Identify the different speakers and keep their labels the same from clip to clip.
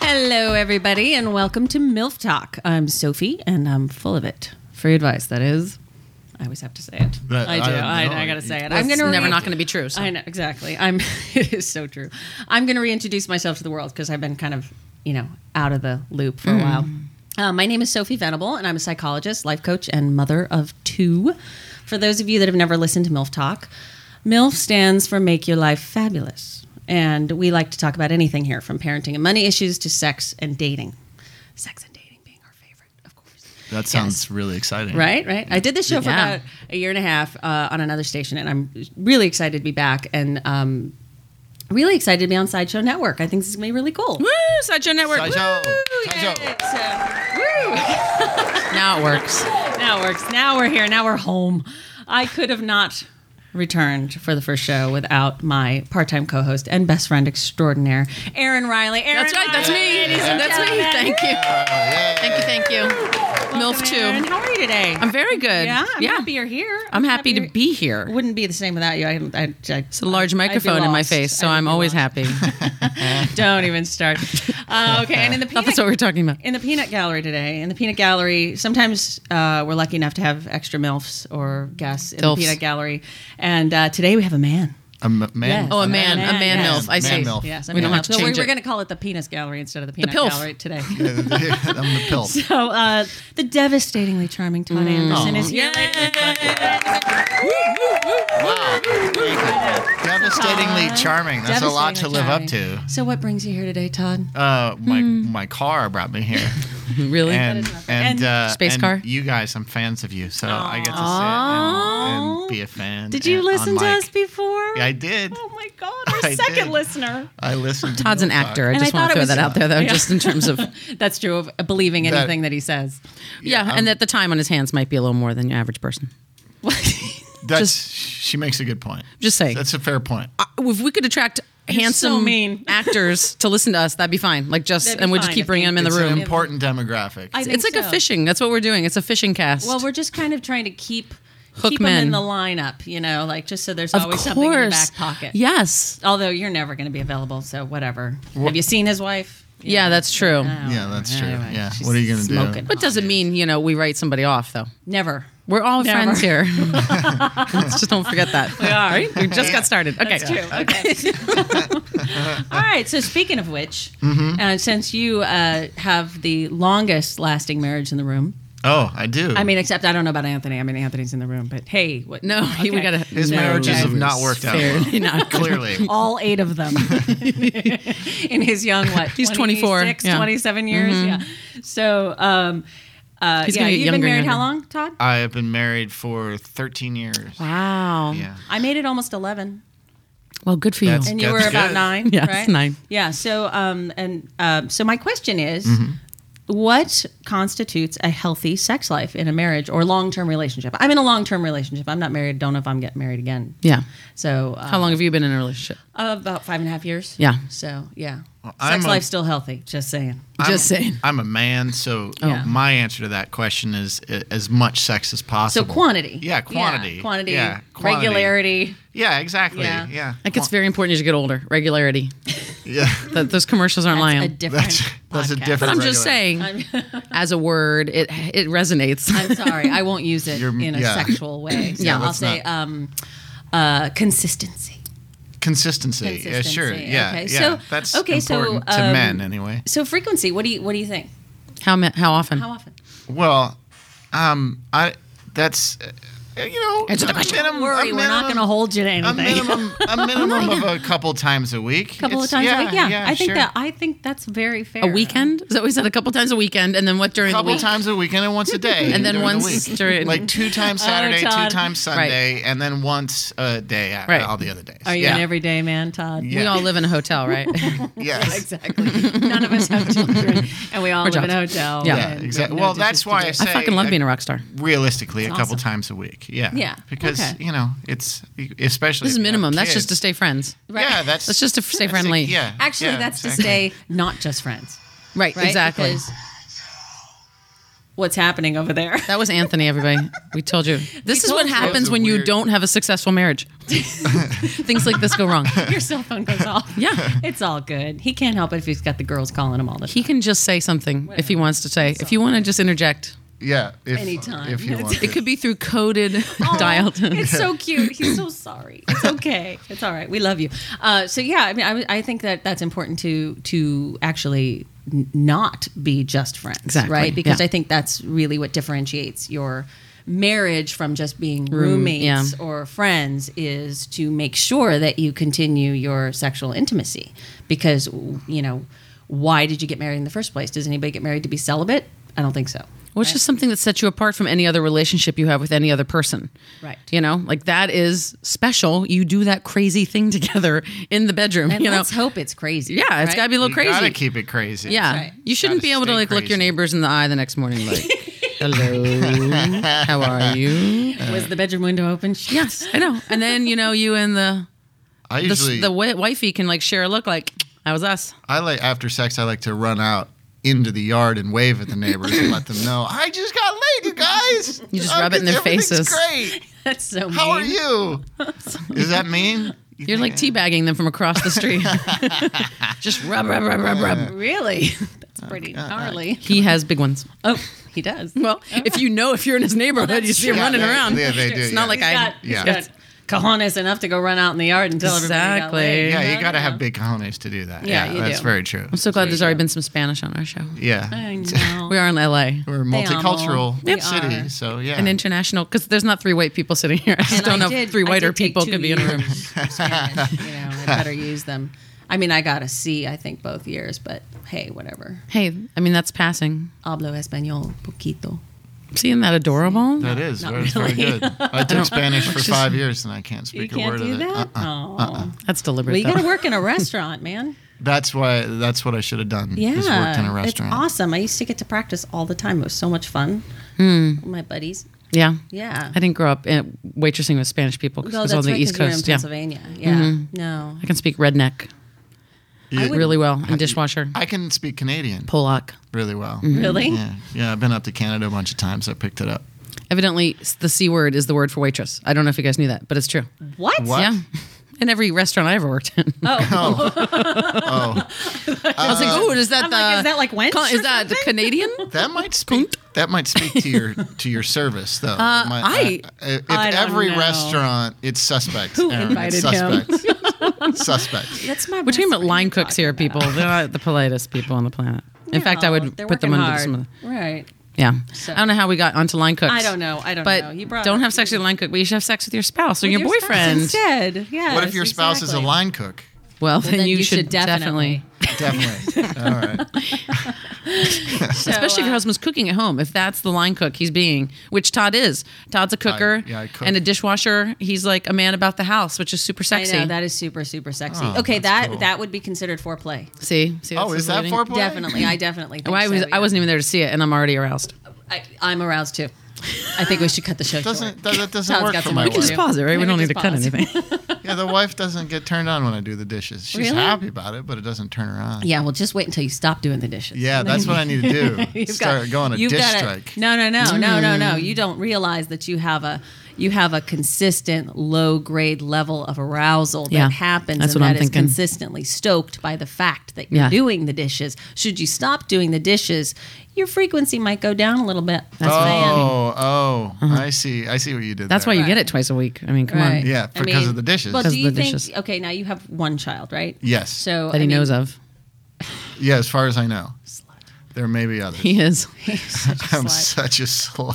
Speaker 1: Hello, everybody, and welcome to MILF Talk. I'm Sophie, and I'm full of it. Free advice, that is. I always have to say it.
Speaker 2: That-
Speaker 1: I do.
Speaker 2: I-
Speaker 1: I,
Speaker 2: no,
Speaker 1: I, gotta say it.
Speaker 3: It's
Speaker 1: I'm gonna
Speaker 3: never
Speaker 1: read-
Speaker 3: not going to be true. So.
Speaker 1: I know exactly. I'm. it is so true. I'm going to reintroduce myself to the world because I've been kind of, you know, out of the loop for a while.
Speaker 3: Mm.
Speaker 1: Uh, my name is Sophie Venable, and I'm a psychologist, life coach, and mother of two. For those of you that have never listened to MILF Talk, MILF stands for Make Your Life Fabulous, and we like to talk about anything here, from parenting and money issues to sex and dating. Sex and dating being our favorite, of course.
Speaker 2: That sounds really exciting.
Speaker 1: Right, right. I did this show for
Speaker 3: Yeah.
Speaker 1: about a year and a half uh, on another station, and I'm really excited to be back and um, really excited to be on Sideshow Network. I think this is gonna be really cool.
Speaker 3: Woo! Sideshow Network.
Speaker 2: Sideshow.
Speaker 1: Woo,
Speaker 2: Sideshow.
Speaker 1: yeah, it's, uh,
Speaker 3: Woo! Now it works.
Speaker 1: woo. now it works. Now we're here. Now we're home. I could have not returned for the first show without my part-time co-host and best friend extraordinaire, Aaron Riley. Aaron
Speaker 3: That's right. That's
Speaker 1: Riley,
Speaker 3: me.
Speaker 1: ladies and
Speaker 3: That's me.
Speaker 1: gentlemen.
Speaker 3: Thank you.
Speaker 2: Oh, Yeah.
Speaker 3: Thank you. Thank you. MILF
Speaker 1: Aaron,
Speaker 3: too.
Speaker 1: how are you today?
Speaker 3: I'm very good.
Speaker 1: yeah, I'm happy you're here.
Speaker 3: I'm happy to
Speaker 1: you're-
Speaker 3: be here.
Speaker 1: wouldn't be the same without you. I, I, I
Speaker 3: It's a large microphone in my face, so I'm always happy.
Speaker 1: happy. Don't even start. Uh, okay, and in the
Speaker 3: That's
Speaker 1: peanut,
Speaker 3: what we're talking about.
Speaker 1: in the peanut gallery today. In the peanut gallery, sometimes uh, we're lucky enough to have extra milfs or guests in
Speaker 3: Dilfs.
Speaker 1: the peanut gallery, and uh, today we have a man.
Speaker 2: A m- man.
Speaker 1: Yes.
Speaker 3: Oh, a
Speaker 1: A
Speaker 3: man,
Speaker 1: man,
Speaker 3: a man
Speaker 1: yes.
Speaker 3: MILF. I
Speaker 2: Man
Speaker 3: see.
Speaker 2: MILF.
Speaker 1: Yes,
Speaker 3: We don't
Speaker 1: milf.
Speaker 3: have to
Speaker 1: So
Speaker 3: change
Speaker 1: we're,
Speaker 3: it.
Speaker 1: we're going to call it the penis gallery instead of the peanut
Speaker 3: pilf.
Speaker 1: gallery today.
Speaker 2: I'm the pill.
Speaker 1: so uh, the devastatingly charming Todd
Speaker 3: Mm.
Speaker 1: Anderson is here.
Speaker 2: Devastatingly charming. That's a lot to
Speaker 1: Devastatingly
Speaker 2: live up
Speaker 1: charming.
Speaker 2: to.
Speaker 1: So what brings you here today, Todd?
Speaker 2: Uh, my my car brought me here,
Speaker 3: Really?
Speaker 2: and and uh,
Speaker 3: Space
Speaker 2: and
Speaker 3: car?
Speaker 2: You guys, I'm fans of you, so I get to sit and, and be a fan.
Speaker 1: Did you
Speaker 2: and-
Speaker 1: listen
Speaker 2: on
Speaker 1: to
Speaker 2: mic.
Speaker 1: us before?
Speaker 2: Yeah, I did.
Speaker 1: Oh my God, our
Speaker 2: I
Speaker 1: second
Speaker 2: did.
Speaker 1: listener.
Speaker 2: I listened. to
Speaker 3: Todd's an
Speaker 2: Milk Talk.
Speaker 3: actor. I
Speaker 1: And
Speaker 3: just
Speaker 1: I
Speaker 3: want
Speaker 1: thought it
Speaker 3: to throw
Speaker 1: was-
Speaker 3: that out there, though,
Speaker 1: Yeah.
Speaker 3: just in terms of, yeah,
Speaker 1: That's true of believing
Speaker 2: That-
Speaker 1: anything that, he says.
Speaker 2: um,
Speaker 3: and that the time on his hands might be a little more than your average person.
Speaker 2: That's she makes a good point.
Speaker 3: Just saying.
Speaker 2: That's a fair point.
Speaker 3: I- Uh, if we could attract handsome
Speaker 1: so mean.
Speaker 3: actors to listen to us, that'd be fine. Like just,
Speaker 1: That'd be
Speaker 3: and we'll just
Speaker 1: fine,
Speaker 3: keep
Speaker 1: I
Speaker 3: bringing them
Speaker 1: think.
Speaker 3: in the
Speaker 2: It's an
Speaker 3: room.
Speaker 2: important demographic.
Speaker 1: I think
Speaker 3: It's like a
Speaker 1: so.
Speaker 3: fishing. That's what we're doing. It's a fishing cast.
Speaker 1: Well, we're just kind of trying to keep
Speaker 3: Hook
Speaker 1: keep 'em in
Speaker 3: men.
Speaker 1: the lineup, you know, like just so there's
Speaker 3: of
Speaker 1: always
Speaker 3: course.
Speaker 1: something in the back pocket.
Speaker 3: Yes.
Speaker 1: Although you're never going to be available, so whatever. Have you seen his wife?
Speaker 3: Yeah, that's true.
Speaker 2: yeah, that's true.
Speaker 1: Anyway,
Speaker 2: yeah.
Speaker 1: she's
Speaker 2: What are you gonna
Speaker 1: smoking.
Speaker 2: do?
Speaker 3: But doesn't mean, you know, we write somebody off though.
Speaker 1: Never.
Speaker 3: We're all
Speaker 1: Never.
Speaker 3: friends here. Let's just don't forget that. We
Speaker 1: are.
Speaker 3: Right? We just got started. Okay.
Speaker 1: That's true. Okay. All right. So speaking of which,
Speaker 2: Mm-hmm.
Speaker 1: uh, since you uh, have the longest lasting marriage in the room,
Speaker 2: Oh, I do.
Speaker 1: I mean, except I don't know about Anthony. I mean, Anthony's in the room, but hey, what?
Speaker 3: No,
Speaker 1: okay.
Speaker 3: we gotta
Speaker 2: His
Speaker 3: no.
Speaker 2: marriages have not worked out well.
Speaker 3: Fairly not.
Speaker 2: clearly.
Speaker 1: all eight of them in his young what?
Speaker 3: He's 24,
Speaker 1: 26,
Speaker 3: yeah. Mm-hmm.
Speaker 1: 27 years. Yeah. So, um, uh,
Speaker 3: He's
Speaker 1: yeah,
Speaker 3: gonna get
Speaker 1: you've
Speaker 3: younger
Speaker 1: been married
Speaker 3: and
Speaker 1: how
Speaker 3: younger.
Speaker 1: long, Todd?
Speaker 2: I have been married for 13 years.
Speaker 3: Wow.
Speaker 2: Yeah.
Speaker 1: I made it almost 11.
Speaker 3: Well, good for you.
Speaker 2: That's-
Speaker 1: and you were
Speaker 2: That's
Speaker 1: about
Speaker 2: good.
Speaker 1: nine,
Speaker 3: Yes,
Speaker 1: right?
Speaker 3: nine.
Speaker 1: Yeah. So, um, and um, so my question is,
Speaker 2: Mm-hmm.
Speaker 1: what constitutes a healthy sex life in a marriage or long-term relationship? I'm in a long-term relationship. I'm not married. Don't know if I'm getting married again.
Speaker 3: yeah.
Speaker 1: So, uh,
Speaker 3: How long have you been in a relationship?
Speaker 1: about five and a half years.
Speaker 3: Yeah.
Speaker 1: So, yeah.
Speaker 2: I'm
Speaker 1: sex
Speaker 2: a-
Speaker 1: life's still healthy. Just saying.
Speaker 3: Just
Speaker 2: I'm,
Speaker 3: saying.
Speaker 2: I'm a man, so
Speaker 1: Yeah.
Speaker 2: my answer to that question is uh, as much sex as
Speaker 1: So
Speaker 2: possible.
Speaker 1: quantity.
Speaker 2: Yeah, quantity.
Speaker 1: quantity.
Speaker 2: Yeah, quantity.
Speaker 1: Regularity.
Speaker 2: Yeah, exactly.
Speaker 1: Yeah.
Speaker 2: Yeah.
Speaker 3: That gets very important as you get older. Regularity.
Speaker 2: Yeah.
Speaker 3: That those commercials aren't
Speaker 1: That's a
Speaker 3: lying.
Speaker 1: different.
Speaker 2: That's that's a
Speaker 1: podcast.
Speaker 2: different.
Speaker 3: I'm just
Speaker 2: regular-
Speaker 3: saying, as a word, it it resonates.
Speaker 1: I'm sorry. I won't use it
Speaker 2: You're-
Speaker 1: in a
Speaker 2: yeah.
Speaker 1: sexual way. So
Speaker 3: Yeah,
Speaker 1: I'll
Speaker 2: let's
Speaker 1: say
Speaker 2: not.
Speaker 1: um, uh, consistency.
Speaker 2: Consistency. Yeah, sure.
Speaker 1: Consistency.
Speaker 2: Yeah.
Speaker 1: Okay.
Speaker 2: yeah.
Speaker 1: So-
Speaker 2: that's
Speaker 1: okay, so,
Speaker 2: important to
Speaker 1: um,
Speaker 2: men anyway.
Speaker 1: So frequency. What do you What do you think?
Speaker 3: How ma- how often?
Speaker 1: How often?
Speaker 2: Well, um, I that's uh, you know
Speaker 3: Answer the
Speaker 2: a
Speaker 3: question.
Speaker 2: minimum-
Speaker 1: Don't worry,
Speaker 2: a
Speaker 1: we're not
Speaker 2: minimum-
Speaker 1: going to hold you to
Speaker 2: a
Speaker 1: anything.
Speaker 2: minimum a minimum of a couple times a week.
Speaker 1: A couple of
Speaker 2: It's-
Speaker 1: times a week. Yeah, I think
Speaker 2: sure.
Speaker 1: that I think that's very fair.
Speaker 3: a weekend? Is that what we said? A couple times a weekend, and then what during
Speaker 2: couple
Speaker 3: the week?
Speaker 2: times a weekend and once a day,
Speaker 3: And then
Speaker 2: during the
Speaker 3: once
Speaker 2: week.
Speaker 3: during- Oh,
Speaker 2: like two times Saturday,
Speaker 1: Todd.
Speaker 2: two times Sunday, and then once a day out,
Speaker 3: Right.
Speaker 2: all the other days.
Speaker 1: Are you
Speaker 2: yeah.
Speaker 1: an everyday man, Todd?
Speaker 2: Yeah.
Speaker 3: We all live in a hotel, right?
Speaker 2: Yes.
Speaker 1: Exactly. None of us have children, and we all live in a
Speaker 3: jobs.
Speaker 1: hotel.
Speaker 3: Yeah.
Speaker 2: Yeah,
Speaker 1: and we
Speaker 2: exactly.
Speaker 1: have no
Speaker 2: well,
Speaker 1: dishes
Speaker 2: that's
Speaker 1: to
Speaker 2: why
Speaker 1: do.
Speaker 2: I say
Speaker 3: I fucking love being a rock star.
Speaker 2: realistically a couple
Speaker 1: awesome.
Speaker 2: times a week. Yeah.
Speaker 1: Yeah,
Speaker 2: Because
Speaker 1: okay.
Speaker 2: you know it's especially
Speaker 3: This is
Speaker 2: if you have
Speaker 3: minimum. That's just to
Speaker 2: kids.
Speaker 3: stay friends.
Speaker 2: Yeah, that's
Speaker 3: That's just to stay
Speaker 2: that's a-
Speaker 3: friendly.
Speaker 2: yeah.
Speaker 1: Actually,
Speaker 2: yeah,
Speaker 1: that's to
Speaker 2: exactly.
Speaker 1: stay not just friends,
Speaker 3: Right.
Speaker 1: right?
Speaker 3: Exactly.
Speaker 1: Because what's happening over there.
Speaker 3: That was Anthony, everybody. We told you. This is
Speaker 1: told
Speaker 3: what
Speaker 1: you.
Speaker 3: happens
Speaker 2: Those are
Speaker 3: when you
Speaker 2: weird.
Speaker 3: don't have a successful marriage. Things like this go wrong.
Speaker 1: Your cell phone goes off.
Speaker 3: Yeah.
Speaker 1: It's all good. He can't help it if he's got the girls calling him all the time.
Speaker 3: He can just say something if he wants to say. If you want to just interject,
Speaker 2: Yeah, if,
Speaker 1: Anytime.
Speaker 2: If you want
Speaker 3: it
Speaker 2: to.
Speaker 3: could be through coded dialed.
Speaker 1: It's so cute. He's so sorry. It's okay. It's all right. We love you. Uh, so yeah, I mean, I, I think that that's important to to actually n- not be just friends,
Speaker 3: Exactly,
Speaker 1: right? Because
Speaker 3: yeah.
Speaker 1: I think that's really what differentiates your marriage from just being roommates
Speaker 3: yeah.
Speaker 1: or friends is to make sure that you continue your sexual intimacy because you know why did you get married in the first place does anybody get married to be celibate i don't think so
Speaker 3: Which is something that sets you apart from any other relationship you have with any other person.
Speaker 1: Right.
Speaker 3: You know, like that is special. You do that crazy thing together in the bedroom.
Speaker 1: and
Speaker 3: you know,
Speaker 1: let's hope it's crazy
Speaker 3: yeah, it's
Speaker 1: right?
Speaker 3: got to be a little
Speaker 2: You
Speaker 3: crazy.
Speaker 2: gotta keep it crazy.
Speaker 3: Yeah,
Speaker 1: right.
Speaker 3: you shouldn't
Speaker 2: Gotta
Speaker 3: be able to
Speaker 2: stay
Speaker 3: like look your
Speaker 2: crazy.
Speaker 3: neighbors in the eye the next morning, like, "Hello, how are you?"
Speaker 2: Uh,
Speaker 1: was the bedroom window open
Speaker 3: Yes, I know. And then you know, you and the
Speaker 2: I
Speaker 3: the,
Speaker 2: usually
Speaker 3: the wi- wifey can like share a look, like that was us.
Speaker 2: I like after sex. I like to run out into the yard and wave at the neighbors and let them know I just got laid, you guys.
Speaker 3: You just rub it in their
Speaker 2: Everything's
Speaker 3: faces.
Speaker 2: Great.
Speaker 1: That's so mean.
Speaker 2: How are you? Is that mean?
Speaker 3: You're like teabagging them from across the street. Just rub, rub, rub, rub, rub.
Speaker 1: Really? That's
Speaker 2: Oh,
Speaker 1: pretty gnarly.
Speaker 3: He has big ones.
Speaker 1: Oh, he does.
Speaker 3: Well, if you know if you're in his neighborhood, you see him
Speaker 2: true.
Speaker 3: running
Speaker 2: Yeah, they-
Speaker 3: around.
Speaker 2: yeah, they do,
Speaker 3: It's not
Speaker 2: yeah.
Speaker 3: like
Speaker 1: He's
Speaker 3: I.
Speaker 1: got, he's
Speaker 2: yeah.
Speaker 1: got cojones enough to go run out in the yard and tell
Speaker 3: Exactly.
Speaker 1: everybody.
Speaker 2: Yeah, you gotta have big cojones to do that.
Speaker 1: Yeah,
Speaker 2: Yeah,
Speaker 1: you
Speaker 2: that's
Speaker 1: do.
Speaker 2: very true.
Speaker 3: I'm so glad there's already been some Spanish on our show.
Speaker 2: Yeah,
Speaker 1: have.
Speaker 3: We are in LA,
Speaker 2: we're
Speaker 1: They are
Speaker 2: a multicultural
Speaker 1: all- we
Speaker 2: city,
Speaker 1: are.
Speaker 2: so yeah.
Speaker 3: an international, because there's not three white people sitting here. I just don't know if three whiter people could be in a room.
Speaker 1: Spanish, you know, I better use them. I mean, I got a C, I think, both years, but hey, whatever.
Speaker 3: Hey, I mean that's passing.
Speaker 1: Hablo español poquito.
Speaker 3: Seeing that adorable?
Speaker 2: that is
Speaker 1: not
Speaker 2: very, very
Speaker 1: really.
Speaker 2: good. I took Spanish for five years and I can't speak
Speaker 1: you
Speaker 2: a
Speaker 1: can't
Speaker 2: word
Speaker 1: do
Speaker 2: of it.
Speaker 1: that?
Speaker 2: Uh-uh.
Speaker 1: Oh.
Speaker 3: That's deliberate.
Speaker 1: Well, you got to
Speaker 3: though.
Speaker 1: work in a restaurant, man.
Speaker 2: That's why. That's what I should have done.
Speaker 1: Yeah,
Speaker 2: is worked in a
Speaker 1: it's
Speaker 2: restaurant.
Speaker 1: awesome. I used to get to practice all the time. It was so much fun.
Speaker 2: Hmm.
Speaker 1: With My buddies.
Speaker 3: Yeah.
Speaker 1: Yeah.
Speaker 3: I didn't grow up uh, waitressing with Spanish people because
Speaker 1: No,
Speaker 3: I was on the
Speaker 1: right,
Speaker 3: East
Speaker 1: 'cause you're in
Speaker 3: Coast. Yeah. Mm-hmm.
Speaker 1: Pennsylvania. Yeah. No.
Speaker 3: I can speak redneck
Speaker 2: You-
Speaker 3: really well and dishwasher.
Speaker 2: I can speak Canadian
Speaker 3: Pollock.
Speaker 2: really well.
Speaker 1: Really?
Speaker 2: Yeah, yeah. I've been up to Canada a bunch of times. I picked it up.
Speaker 3: Evidently, s- the C word is the word for waitress. I don't know if you guys knew that, but it's true.
Speaker 1: What?
Speaker 2: What?
Speaker 3: Yeah. In every restaurant I ever worked in.
Speaker 1: Oh.
Speaker 2: Oh,
Speaker 3: I was like, oh, is that
Speaker 1: I'm
Speaker 3: the.
Speaker 1: like, is that like wench
Speaker 3: Con-
Speaker 1: or
Speaker 3: Is that the Canadian?
Speaker 2: That might speak. that might speak to your to your service though. My-
Speaker 3: I-
Speaker 2: if
Speaker 1: Uh, I don't
Speaker 2: every
Speaker 1: know.
Speaker 2: restaurant, it's suspect.
Speaker 1: Who
Speaker 2: Aaron, it's
Speaker 1: invited
Speaker 2: suspect. suspect.
Speaker 1: That's my
Speaker 3: We're talking about
Speaker 1: best
Speaker 3: line
Speaker 1: friend you're
Speaker 3: cooks here,
Speaker 1: talking
Speaker 3: people. They're not the politest people on the planet. In
Speaker 1: about.
Speaker 3: fact, I would
Speaker 1: They're
Speaker 3: put them
Speaker 1: working
Speaker 3: under
Speaker 1: hard.
Speaker 3: some of the.
Speaker 1: Right.
Speaker 3: Yeah. I don't know how we got onto line cooks.
Speaker 1: I don't know. I don't
Speaker 3: But
Speaker 1: know. You brought
Speaker 3: don't
Speaker 1: up-
Speaker 3: have sex with a line cook. But you should have sex with your spouse or
Speaker 1: With
Speaker 3: your,
Speaker 1: spouse
Speaker 3: boyfriend.
Speaker 1: Instead. Yes,
Speaker 2: What if your spouse is
Speaker 1: exactly.
Speaker 2: a line cook?
Speaker 3: Well, then,
Speaker 1: then
Speaker 3: you,
Speaker 1: you
Speaker 3: should,
Speaker 1: should
Speaker 3: definitely,
Speaker 1: definitely-
Speaker 2: Definitely. All right.
Speaker 1: So,
Speaker 3: especially
Speaker 1: uh,
Speaker 3: if your husband's cooking at home. If that's the line cook he's being, which Todd is, Todd's a cooker
Speaker 2: yeah, I cook.
Speaker 3: and a dishwasher. He's like a man about the house, which is super
Speaker 1: I
Speaker 3: sexy.
Speaker 1: know that is super super sexy.
Speaker 2: Oh,
Speaker 1: okay,
Speaker 2: that's
Speaker 1: that
Speaker 2: cool.
Speaker 1: that would be considered foreplay.
Speaker 3: see, see,
Speaker 2: Oh,
Speaker 3: this
Speaker 2: is that
Speaker 3: leading-
Speaker 2: foreplay?
Speaker 1: Definitely, I definitely. Think
Speaker 3: Oh, I was,
Speaker 1: so, yeah.
Speaker 3: I wasn't even there to see it, and I'm already aroused.
Speaker 1: I, I'm aroused too. I think we should cut the show short.
Speaker 2: Doesn't that, that doesn't
Speaker 1: Todd's
Speaker 2: work
Speaker 1: got
Speaker 2: for
Speaker 1: some
Speaker 2: my
Speaker 1: work to
Speaker 2: wife?
Speaker 1: do.
Speaker 3: Pause it, right? We
Speaker 1: Yeah,
Speaker 3: don't need
Speaker 1: just
Speaker 3: to cut
Speaker 1: pause.
Speaker 3: anything.
Speaker 2: Yeah, the wife doesn't get turned on when I do the dishes. She's
Speaker 1: Really?
Speaker 2: happy about it, but it doesn't turn her on.
Speaker 1: Yeah, well, just wait until you stop doing the dishes.
Speaker 2: Yeah, that's what I need to do.
Speaker 1: You've
Speaker 2: Start
Speaker 1: got-
Speaker 2: going a
Speaker 1: you've
Speaker 2: dish
Speaker 1: got a-
Speaker 2: strike.
Speaker 1: No, no, no, no, no,
Speaker 3: Mm.
Speaker 1: no. You don't realize that you have a you have a consistent low grade level of arousal that
Speaker 3: Yeah,
Speaker 1: happens
Speaker 3: that's
Speaker 1: and
Speaker 3: what I'm
Speaker 1: that is
Speaker 3: thinking.
Speaker 1: consistently stoked by the fact that you're
Speaker 3: Yeah.
Speaker 1: doing the dishes. Should you stop doing the dishes, your frequency might go down a little bit. That's
Speaker 2: Oh, oh, I see. I see what you did.
Speaker 3: Uh-huh. That's why
Speaker 2: there.
Speaker 3: you get it twice a week. I mean, come on.
Speaker 2: Yeah, for- 'cause of the dishes.
Speaker 1: Well,
Speaker 3: 'Cause
Speaker 1: do
Speaker 3: of
Speaker 1: you
Speaker 3: the
Speaker 1: think
Speaker 3: dishes.
Speaker 1: okay, now you have one child, right?
Speaker 2: Yes.
Speaker 1: So
Speaker 3: That he
Speaker 1: I mean,
Speaker 3: knows of.
Speaker 2: Yeah, as far as I know, there may be others.
Speaker 3: He is.
Speaker 2: I'm
Speaker 1: slut.
Speaker 2: such a slut,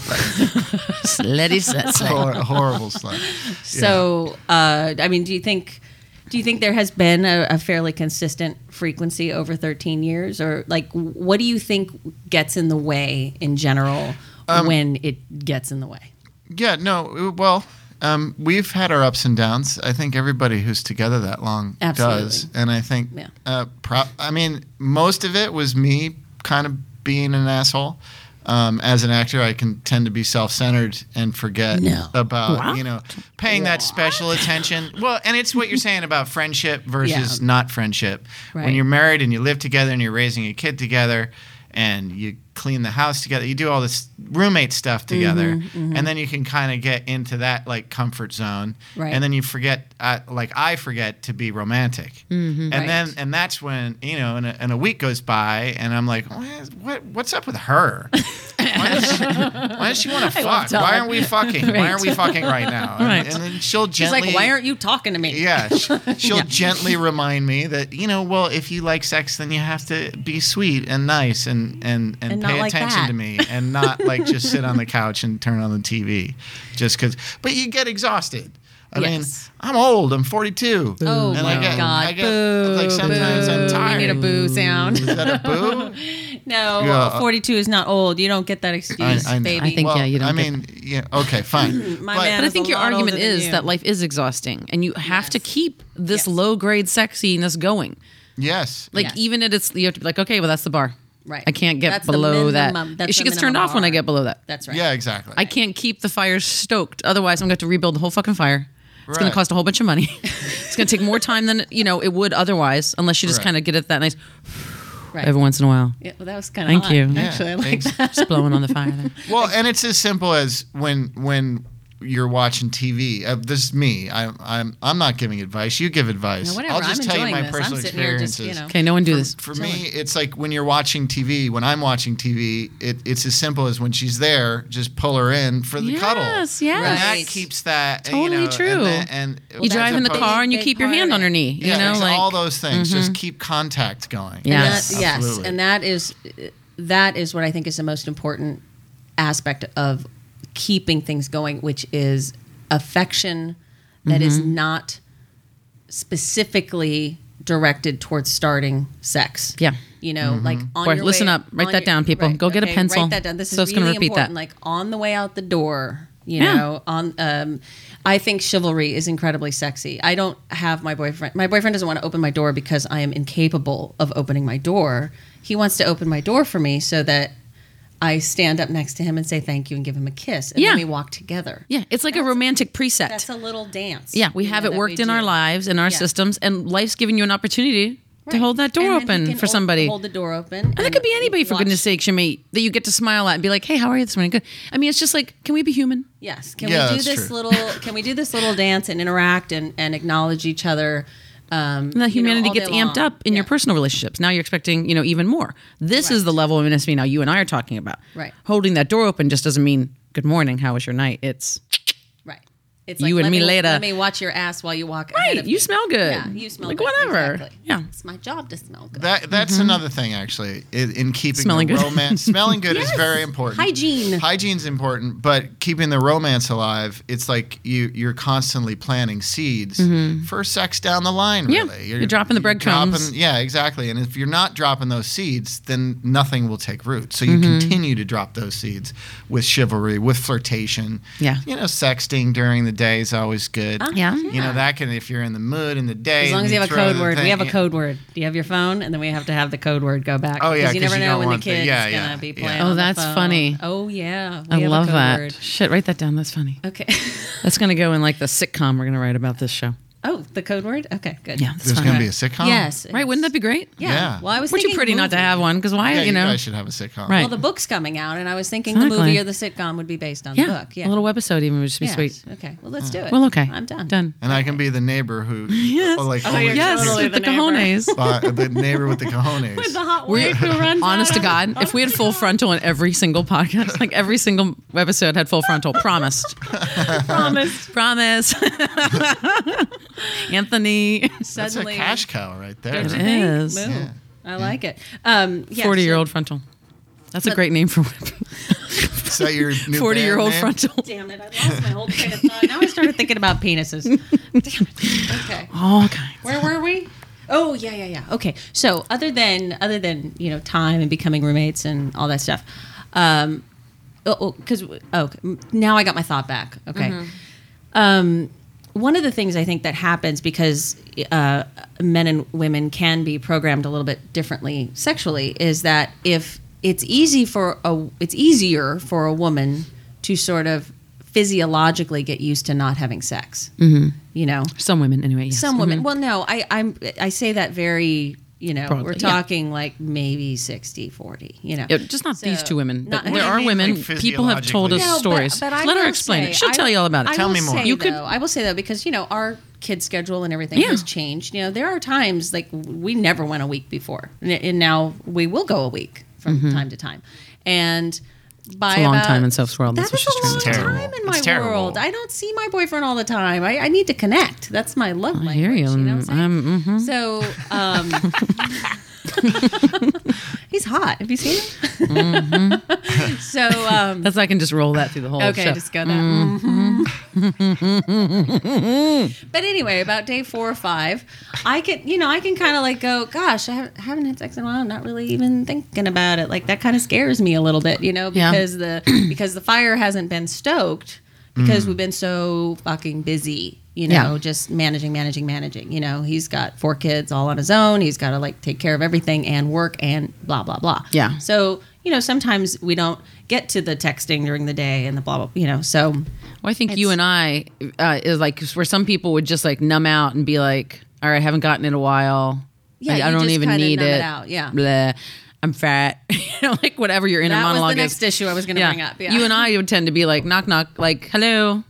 Speaker 3: Letty slut.
Speaker 2: Hor- horrible slut.
Speaker 1: So, uh, I mean, do you think do you think there has been a, a fairly consistent frequency over 13 years, or like what do you think gets in the way in general
Speaker 2: Um,
Speaker 1: when it gets in the way?
Speaker 2: Yeah, no. uh, Well, um, we've had our ups and downs. I think everybody who's together that long
Speaker 1: Absolutely.
Speaker 2: does, and I think,
Speaker 1: Yeah.
Speaker 2: uh, pro- I mean, most of it was me kind of being an asshole. Um, as an actor, I can tend to be self-centered and forget
Speaker 1: No.
Speaker 2: about
Speaker 3: What?
Speaker 2: you know paying that special attention. Well, and it's what you're saying about friendship versus
Speaker 1: Yeah.
Speaker 2: not friendship.
Speaker 1: Right.
Speaker 2: When you're married and you live together and you're raising a kid together, and you clean the house together. You do all this roommate stuff
Speaker 1: Mm-hmm,
Speaker 2: together, and then you can kind of get into that like comfort zone.
Speaker 1: Right.
Speaker 2: And then you forget, uh, like I forget to be romantic, and
Speaker 1: Mm-hmm, Right.
Speaker 2: then and that's when you know, and a, and a week goes by, and I'm like, what, what what's up with her? Why does she, why does she want to fuck?
Speaker 1: Todd.
Speaker 2: Why aren't we fucking? Why
Speaker 3: Right.
Speaker 2: aren't we fucking right now? And,
Speaker 3: Right.
Speaker 2: and then she'll
Speaker 1: She's
Speaker 2: gently
Speaker 1: like, why aren't you talking to me?
Speaker 2: yeah, sh- she'll gently remind me that you know, well, if you like sex, then you have to be sweet and nice and and and,
Speaker 1: And not
Speaker 2: pay
Speaker 1: like
Speaker 2: attention
Speaker 1: that.
Speaker 2: to me and not like just sit on the couch and turn on the TV just because. But you get exhausted. I
Speaker 1: Yes.
Speaker 2: mean, I'm old. I'm 42.
Speaker 1: Oh
Speaker 2: and
Speaker 1: my
Speaker 2: I get,
Speaker 1: god!
Speaker 2: I get,
Speaker 1: boo!
Speaker 2: Like sometimes
Speaker 1: boo.
Speaker 2: I'm
Speaker 1: Oh,
Speaker 2: tired.
Speaker 1: You need a boo
Speaker 2: Is
Speaker 1: sound.
Speaker 2: that a boo?
Speaker 1: no,
Speaker 2: Yeah.
Speaker 1: 42 is not old. You don't get that excuse,
Speaker 2: I know.
Speaker 1: baby.
Speaker 3: I think,
Speaker 2: well,
Speaker 3: yeah, you don't
Speaker 2: I
Speaker 3: get
Speaker 2: mean, yeah. Okay, fine.
Speaker 1: My
Speaker 2: But-
Speaker 1: man
Speaker 3: But I
Speaker 1: is
Speaker 3: think
Speaker 1: a
Speaker 3: your
Speaker 1: lot
Speaker 3: argument
Speaker 1: older than
Speaker 3: is
Speaker 1: you.
Speaker 3: that life is exhausting and you have to keep this
Speaker 1: Yes.
Speaker 3: low grade sexiness going.
Speaker 2: Yes.
Speaker 3: Like
Speaker 1: Yes.
Speaker 3: even at its you have to be like, okay, well that's the bar.
Speaker 1: Right.
Speaker 3: I can't get
Speaker 1: That's the
Speaker 3: below that.
Speaker 1: minimum- that's
Speaker 3: she
Speaker 1: the
Speaker 3: gets turned
Speaker 1: minimum
Speaker 3: off when I
Speaker 1: bar.
Speaker 3: get below that.
Speaker 1: That's right.
Speaker 2: Yeah. Exactly.
Speaker 3: I can't keep the fire stoked. Otherwise I'm gonna have to rebuild the whole fucking fire. It's gonna
Speaker 2: Right.
Speaker 3: cost a whole bunch of money. it's gonna take more time than you know it would otherwise, unless you just
Speaker 2: Right.
Speaker 3: kind of get it that nice
Speaker 1: Right.
Speaker 3: every once in a while.
Speaker 1: Yeah, well, that was kind of
Speaker 3: Thank you. Yeah,
Speaker 1: Actually, I like
Speaker 2: Ex-
Speaker 3: Just blowing on the fire there.
Speaker 2: Well, and it's as simple as when when you're watching TV. Uh, this is me. I, I'm I'm not giving advice. You give advice.
Speaker 1: No, whatever.
Speaker 2: I'll just
Speaker 1: I'm
Speaker 2: tell you
Speaker 1: enjoying
Speaker 2: my
Speaker 1: this. I'm
Speaker 2: personal
Speaker 1: sitting here
Speaker 2: experiences.
Speaker 1: just, you know.
Speaker 3: Okay, no one do this.
Speaker 2: For me, it's like when you're watching TV. When I'm watching TV, it, it's as simple as when she's there, just pull her in for the cuddle.
Speaker 3: Yes,
Speaker 2: And
Speaker 3: yes.
Speaker 2: that keeps that and,
Speaker 3: Totally
Speaker 2: you know,
Speaker 3: true.
Speaker 2: And, that- and
Speaker 3: You drive in the
Speaker 2: that's
Speaker 3: car and you
Speaker 1: Big
Speaker 3: keep your
Speaker 1: part
Speaker 3: hand
Speaker 1: of
Speaker 3: on
Speaker 1: it.
Speaker 3: her knee. You
Speaker 2: yeah,
Speaker 3: know,
Speaker 2: it's
Speaker 3: like
Speaker 2: all those things. Just keep contact going.
Speaker 1: And
Speaker 3: Yeah. Yes,
Speaker 1: that- yes,
Speaker 2: absolutely.
Speaker 1: and that is that is what I think is the most important aspect of keeping things going, which is affection that is
Speaker 3: Mm-hmm.
Speaker 1: not specifically directed towards starting sex.
Speaker 3: Yeah.
Speaker 1: You know, like on
Speaker 3: Boy,
Speaker 1: your
Speaker 3: listen
Speaker 1: way-
Speaker 3: up. Write
Speaker 1: on
Speaker 3: that
Speaker 1: your-
Speaker 3: down, people. Go get a pencil.
Speaker 1: Write that down. This is
Speaker 3: Soph's
Speaker 1: really
Speaker 3: gonna repeat that.
Speaker 1: important. Like on the way out the door, you
Speaker 3: Yeah.
Speaker 1: know, on um I think chivalry is incredibly sexy. I don't have my boyfriend. My boyfriend doesn't want to open my door because I am incapable of opening my door. He wants to open my door for me so that I stand up next to him and say thank you and give him a kiss and
Speaker 3: Yeah.
Speaker 1: then we walk together.
Speaker 3: Yeah, it's like a romantic preset.
Speaker 1: That's a little dance.
Speaker 3: yeah, we
Speaker 1: you
Speaker 3: have
Speaker 1: know,
Speaker 3: it
Speaker 1: that
Speaker 3: worked
Speaker 1: we
Speaker 3: in our
Speaker 1: do.
Speaker 3: lives, in our
Speaker 1: Yeah.
Speaker 3: systems, and life's giving you an opportunity to
Speaker 1: Right.
Speaker 3: hold that door
Speaker 1: And then he
Speaker 3: open
Speaker 1: can
Speaker 3: for
Speaker 1: hold-
Speaker 3: somebody.
Speaker 1: Hold the door open. And
Speaker 3: and that could be anybody, for
Speaker 1: watch-
Speaker 3: goodness sakes, your mate that you get to smile at and be like, "Hey, how are you this morning?" Good. I mean, it's just like, can we be human?
Speaker 1: Yes. Can
Speaker 2: Yeah,
Speaker 1: we do
Speaker 2: that's
Speaker 1: this
Speaker 2: true.
Speaker 1: little? Can we do this little dance and interact and, and acknowledge each other? Um,
Speaker 3: And that
Speaker 1: you know,
Speaker 3: humanity
Speaker 1: all
Speaker 3: gets
Speaker 1: day
Speaker 3: amped
Speaker 1: long.
Speaker 3: up in your
Speaker 1: Yeah.
Speaker 3: personal relationships. Now you're expecting, you know, even more. This is the level of intimacy now you and I are talking about.
Speaker 1: Right.
Speaker 3: Holding that door open just doesn't mean good morning. How was your night? It's
Speaker 1: Right. It's
Speaker 3: You and
Speaker 1: let
Speaker 3: me later.
Speaker 1: Let me watch your ass while you walk. ahead
Speaker 3: right.
Speaker 1: of
Speaker 3: You
Speaker 1: me.
Speaker 3: smell good.
Speaker 1: Yeah, you smell
Speaker 3: like
Speaker 1: good.
Speaker 3: whatever.
Speaker 1: Exactly.
Speaker 3: Yeah.
Speaker 1: It's my job to smell good.
Speaker 2: That that's
Speaker 1: Mm-hmm.
Speaker 2: another thing actually in, in keeping
Speaker 3: Smelling
Speaker 2: the
Speaker 3: good.
Speaker 2: romance. Smelling good is very important.
Speaker 1: Hygiene.
Speaker 2: Hygiene's important, but keeping the romance alive, it's like you you're constantly planting seeds
Speaker 1: Mm-hmm.
Speaker 2: for sex down the line. Really,
Speaker 3: Yeah. You're dropping the breadcrumbs.
Speaker 2: dropping- Yeah, exactly. And if you're not dropping those seeds, then nothing will take root. So you
Speaker 1: Mm-hmm.
Speaker 2: continue to drop those seeds with chivalry, with flirtation.
Speaker 3: Yeah.
Speaker 2: you know, sexting during the day is always good.
Speaker 3: Yeah.
Speaker 2: You know that can if you're in the mood in the day.
Speaker 1: Uh-huh. As long
Speaker 2: and
Speaker 1: as you have a
Speaker 2: throw
Speaker 1: code
Speaker 2: the
Speaker 1: word, we
Speaker 2: thing-
Speaker 1: have a code word. Do you have your phone? And then we have to have the code word go back.
Speaker 2: Oh, yeah, 'cause
Speaker 1: because you never
Speaker 2: you don't
Speaker 1: know when the
Speaker 2: want the-
Speaker 1: kid's
Speaker 2: yeah,
Speaker 1: gonna
Speaker 2: yeah,
Speaker 1: be
Speaker 2: yeah.
Speaker 1: playing.
Speaker 2: Oh,
Speaker 1: on the
Speaker 3: that's
Speaker 1: phone.
Speaker 3: funny.
Speaker 1: Oh yeah, we
Speaker 3: I
Speaker 1: have a
Speaker 3: love
Speaker 1: code
Speaker 3: that.
Speaker 1: word.
Speaker 3: Shit, write that down. That's funny.
Speaker 1: Okay.
Speaker 3: That's gonna go in like the sitcom we're gonna write about this show.
Speaker 1: oh, the code word. Okay, good.
Speaker 3: Yeah, that's
Speaker 2: There's
Speaker 3: funny.
Speaker 2: going to be a sitcom.
Speaker 1: Yes.
Speaker 3: right? Wouldn't that be great?
Speaker 1: Yeah.
Speaker 2: Yeah.
Speaker 1: Well, I was
Speaker 3: Weren't you
Speaker 1: thinking
Speaker 3: pretty not to
Speaker 1: movie.
Speaker 3: have one? Because why?
Speaker 2: Yeah,
Speaker 3: you know,
Speaker 2: guys should have a sitcom.
Speaker 3: Right.
Speaker 1: Well, the book's coming out, and I was thinking the
Speaker 3: Exactly.
Speaker 1: movie or the sitcom would be based on
Speaker 3: yeah,
Speaker 1: the book. Yeah.
Speaker 3: a little episode even would just be
Speaker 1: Yes.
Speaker 3: sweet. Uh,
Speaker 1: Okay. Well, let's do it.
Speaker 3: Well, okay,
Speaker 1: I'm done.
Speaker 3: Done.
Speaker 2: And I can be the neighbor who, oh, like, oh,
Speaker 1: you're
Speaker 3: yes,
Speaker 1: totally
Speaker 3: with the,
Speaker 1: the neighbor.
Speaker 3: cojones.
Speaker 2: uh, the neighbor with the cojones.
Speaker 1: With the hot
Speaker 3: We're-
Speaker 1: wife who runs
Speaker 3: Honest
Speaker 1: out
Speaker 3: to
Speaker 1: of-
Speaker 3: God, if we had full frontal in every single podcast, like every single episode had full frontal, promised,
Speaker 1: promised.
Speaker 3: promise. Anthony,
Speaker 2: That's a
Speaker 1: Suddenly,
Speaker 2: cash cow right there.
Speaker 1: don't you
Speaker 3: It
Speaker 1: think?
Speaker 3: is.
Speaker 1: Move.
Speaker 2: Yeah.
Speaker 1: I like it. Um, yeah,
Speaker 3: forty-year-old
Speaker 1: so-
Speaker 3: frontal. That's a great name for
Speaker 2: Is that your new
Speaker 3: forty-year-old
Speaker 2: band name?
Speaker 3: frontal.
Speaker 1: Damn it! I lost my whole train of thought. Now I started thinking about penises. Damn it. Okay.
Speaker 3: All kinds.
Speaker 1: Where were we? Oh yeah, yeah, yeah. Okay. So other than other than you know time and becoming roommates and all that stuff, um, oh, because oh, now I got my thought back. Okay. Um, one of the things I think that happens because uh, men and women can be programmed a little bit differently sexually is that if it's easy for a it's easier for a woman to sort of physiologically get used to not having sex. You know,
Speaker 3: Some women, anyway. Yes. Mm-hmm.
Speaker 1: some women well no i i'm i say that very You know,
Speaker 3: Probably,
Speaker 1: we're
Speaker 3: yeah.
Speaker 1: talking like maybe 60, 40, you know.
Speaker 3: Yeah, just not these
Speaker 1: So-
Speaker 3: two women. But
Speaker 1: not-
Speaker 3: there are women.
Speaker 2: Like
Speaker 3: people have told us
Speaker 2: physiologically. No, but-
Speaker 3: stories.
Speaker 1: I
Speaker 3: Let her
Speaker 1: will
Speaker 3: explain
Speaker 1: say-
Speaker 3: it. She'll
Speaker 1: I-
Speaker 3: tell you all about it.
Speaker 1: I
Speaker 2: Tell
Speaker 1: will
Speaker 2: me more.
Speaker 1: say,
Speaker 3: You could-
Speaker 1: though, I will say though because you know our kid schedule and everything
Speaker 3: Yeah.
Speaker 1: has changed. You know there are times like we never went a week before, and, and now we will go a week from time to time. And by
Speaker 3: Mm-hmm. It's a long
Speaker 1: about-
Speaker 3: time in Soph's world. That's
Speaker 1: That
Speaker 3: what
Speaker 1: was
Speaker 3: she's
Speaker 1: a long
Speaker 3: trying to
Speaker 2: tell you.
Speaker 1: time in my
Speaker 2: It's terrible.
Speaker 1: world. I don't see my boyfriend all the time. I, I need to connect. That's my love language.
Speaker 3: hear you.
Speaker 1: know what I'm saying? So um, he's hot. Have you seen him? so um,
Speaker 3: That's I can just roll that through the whole
Speaker 1: Okay,
Speaker 3: show.
Speaker 1: just go that.
Speaker 3: Mm-hmm.
Speaker 1: Mhm. but anyway, about day four or five, I can, you know, I can kind of like go, gosh, I haven't, haven't had sex in a while. I'm not really even thinking about it. Like that kind of scares me a little bit, you know,
Speaker 3: Yeah.
Speaker 1: because the because the fire hasn't been stoked because we've been so fucking busy. You
Speaker 3: Yeah.
Speaker 1: know, just managing, managing, managing. You know, he's got four kids all on his own. He's got to like take care of everything and work and blah blah blah.
Speaker 3: Yeah.
Speaker 1: So, you know, sometimes we don't get to the texting during the day and the blah, blah, you know. So,
Speaker 3: Well, I think you and I uh, is like where some people would just like numb out and be like, "All right, I haven't gotten it in a while.
Speaker 1: Yeah,
Speaker 3: Like, I
Speaker 1: you
Speaker 3: don't
Speaker 1: just
Speaker 3: even
Speaker 1: kinda
Speaker 3: need
Speaker 1: numb it
Speaker 3: it.
Speaker 1: out, yeah.
Speaker 3: Blah. I'm fat. you know, like whatever your inner
Speaker 1: that was
Speaker 3: monologue
Speaker 1: the next
Speaker 3: is.
Speaker 1: issue I was going to bring up. Yeah.
Speaker 3: You and I would tend to be like, knock knock, like, hello,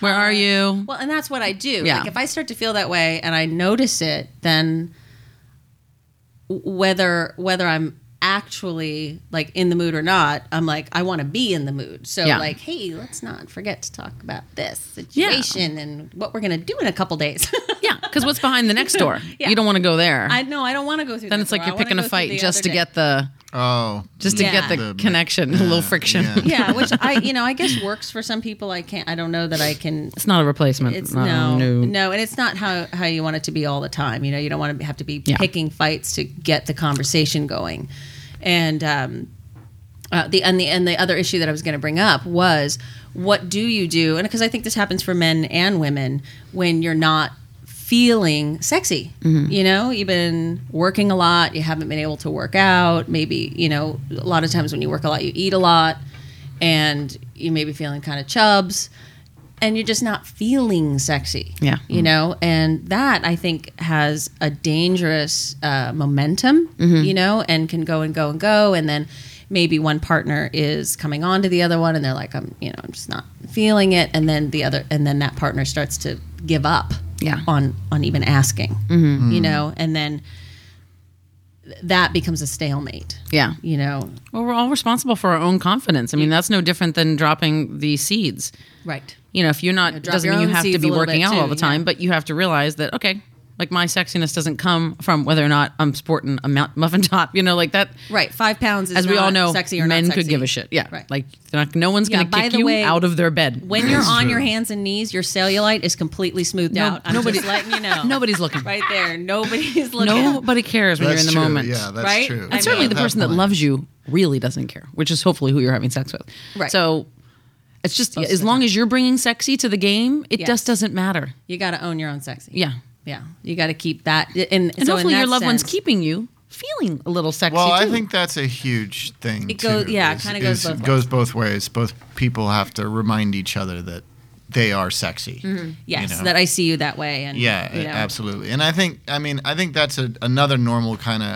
Speaker 3: where are you?
Speaker 1: Well, and that's what I do.
Speaker 3: Yeah.
Speaker 1: Like if I start to feel that way and I notice it, then w- whether whether I'm actually like in the mood or not, I'm like I want to be in the mood. So
Speaker 3: Yeah.
Speaker 1: like, hey, let's not forget to talk about this situation and what we're going to do in a couple days.
Speaker 3: yeah, because what's behind the next door?
Speaker 1: Yeah.
Speaker 3: You don't want to go there.
Speaker 1: I know I don't want to go through.
Speaker 3: then
Speaker 1: that
Speaker 3: it's like
Speaker 1: door.
Speaker 3: you're
Speaker 1: I wanna
Speaker 3: picking
Speaker 1: go
Speaker 3: a
Speaker 1: through
Speaker 3: fight
Speaker 1: the
Speaker 3: just
Speaker 1: other
Speaker 3: to
Speaker 1: day.
Speaker 3: get the
Speaker 2: Oh,
Speaker 3: just to
Speaker 1: Yeah.
Speaker 3: get the, connection, a little friction.
Speaker 2: yeah.
Speaker 1: yeah, which I you know I guess works for some people. I can't. I don't know that I can
Speaker 3: It's not a replacement.
Speaker 1: It's
Speaker 3: Oh,
Speaker 1: no, no, and it's not how how you want it to be all the time. You know, you don't want to have to be
Speaker 3: Yeah.
Speaker 1: picking fights to get the conversation going. And um, uh, the and the and the other issue that I was going to bring up was what do you do? And because I think this happens for men and women when you're not feeling sexy. You know, you've been working a lot, you haven't been able to work out. Maybe you know a lot of times when you work a lot, you eat a lot, and you may be feeling kind of chubs. And you're just not feeling sexy,
Speaker 3: Yeah.
Speaker 1: You know, and that I think has a dangerous uh, momentum,
Speaker 3: Mm-hmm.
Speaker 1: you know, and can go and go and go, and then maybe one partner is coming on to the other one and they're like i'm you know i'm just not feeling it and then the other and then that partner starts to give up
Speaker 3: Yeah. Mm-hmm.
Speaker 1: on on even asking you know and then th- that becomes a stalemate
Speaker 3: Yeah.
Speaker 1: you know
Speaker 3: Well, we're all responsible for our own confidence. I mean, that's no different than dropping the seeds.
Speaker 1: right
Speaker 3: You know, if you're not,
Speaker 1: drop
Speaker 3: doesn't
Speaker 1: your
Speaker 3: mean you
Speaker 1: own
Speaker 3: have to
Speaker 1: seeds
Speaker 3: be
Speaker 1: a little
Speaker 3: working
Speaker 1: bit
Speaker 3: out all
Speaker 1: too,
Speaker 3: the time,
Speaker 1: yeah.
Speaker 3: but you have to realize that, okay, like my sexiness doesn't come from whether or not I'm sporting a mou- muffin top, you know, like that.
Speaker 1: right five pounds is
Speaker 3: As we
Speaker 1: not
Speaker 3: all know,
Speaker 1: sexy or
Speaker 3: men
Speaker 1: not
Speaker 3: could
Speaker 1: sexy.
Speaker 3: give a shit. Yeah.
Speaker 1: Right.
Speaker 3: Like, they're not, no one's
Speaker 1: Yeah,
Speaker 3: going to
Speaker 1: by
Speaker 3: kick
Speaker 1: the
Speaker 3: you
Speaker 1: way,
Speaker 3: out of their bed.
Speaker 1: when you're
Speaker 2: That's
Speaker 1: on
Speaker 2: true.
Speaker 1: your hands and knees your cellulite is completely smoothed
Speaker 3: No-
Speaker 1: out i'm
Speaker 3: nobody-
Speaker 1: just letting you know
Speaker 3: nobody's looking.
Speaker 1: right there nobody's looking
Speaker 3: Nobody cares when
Speaker 2: That's
Speaker 3: you're in
Speaker 2: true.
Speaker 3: the moment.
Speaker 2: Yeah, that's
Speaker 1: Right?
Speaker 2: true.
Speaker 1: And
Speaker 3: And
Speaker 1: I
Speaker 3: certainly
Speaker 1: mean,
Speaker 3: the
Speaker 1: at that
Speaker 3: person that loves you really doesn't care, which is hopefully who you're having sex with.
Speaker 1: Right.
Speaker 3: So it's just
Speaker 1: Most of
Speaker 3: as
Speaker 1: the
Speaker 3: long as you're bringing sexy to the game, it
Speaker 1: Yes.
Speaker 3: just doesn't matter.
Speaker 1: you got to own your own sexy
Speaker 3: Yeah.
Speaker 1: yeah you got to keep that and,
Speaker 3: And
Speaker 1: so in
Speaker 3: hopefully your
Speaker 1: that
Speaker 3: loved one's
Speaker 1: sense-
Speaker 3: keeping you feeling a little sexy.
Speaker 2: Well, I
Speaker 3: too.
Speaker 2: think that's a huge thing.
Speaker 1: It goes-
Speaker 2: too,
Speaker 1: yeah, it
Speaker 2: is-
Speaker 1: kinda goes
Speaker 2: is-
Speaker 1: both ways.
Speaker 2: goes both ways. Both people have to remind each other that they are sexy.
Speaker 3: Mm-hmm.
Speaker 1: yes
Speaker 2: you know?
Speaker 1: that i see you that way and
Speaker 2: Yeah,
Speaker 1: you know.
Speaker 2: absolutely. And I think, I mean, I think that's a, another normal kind of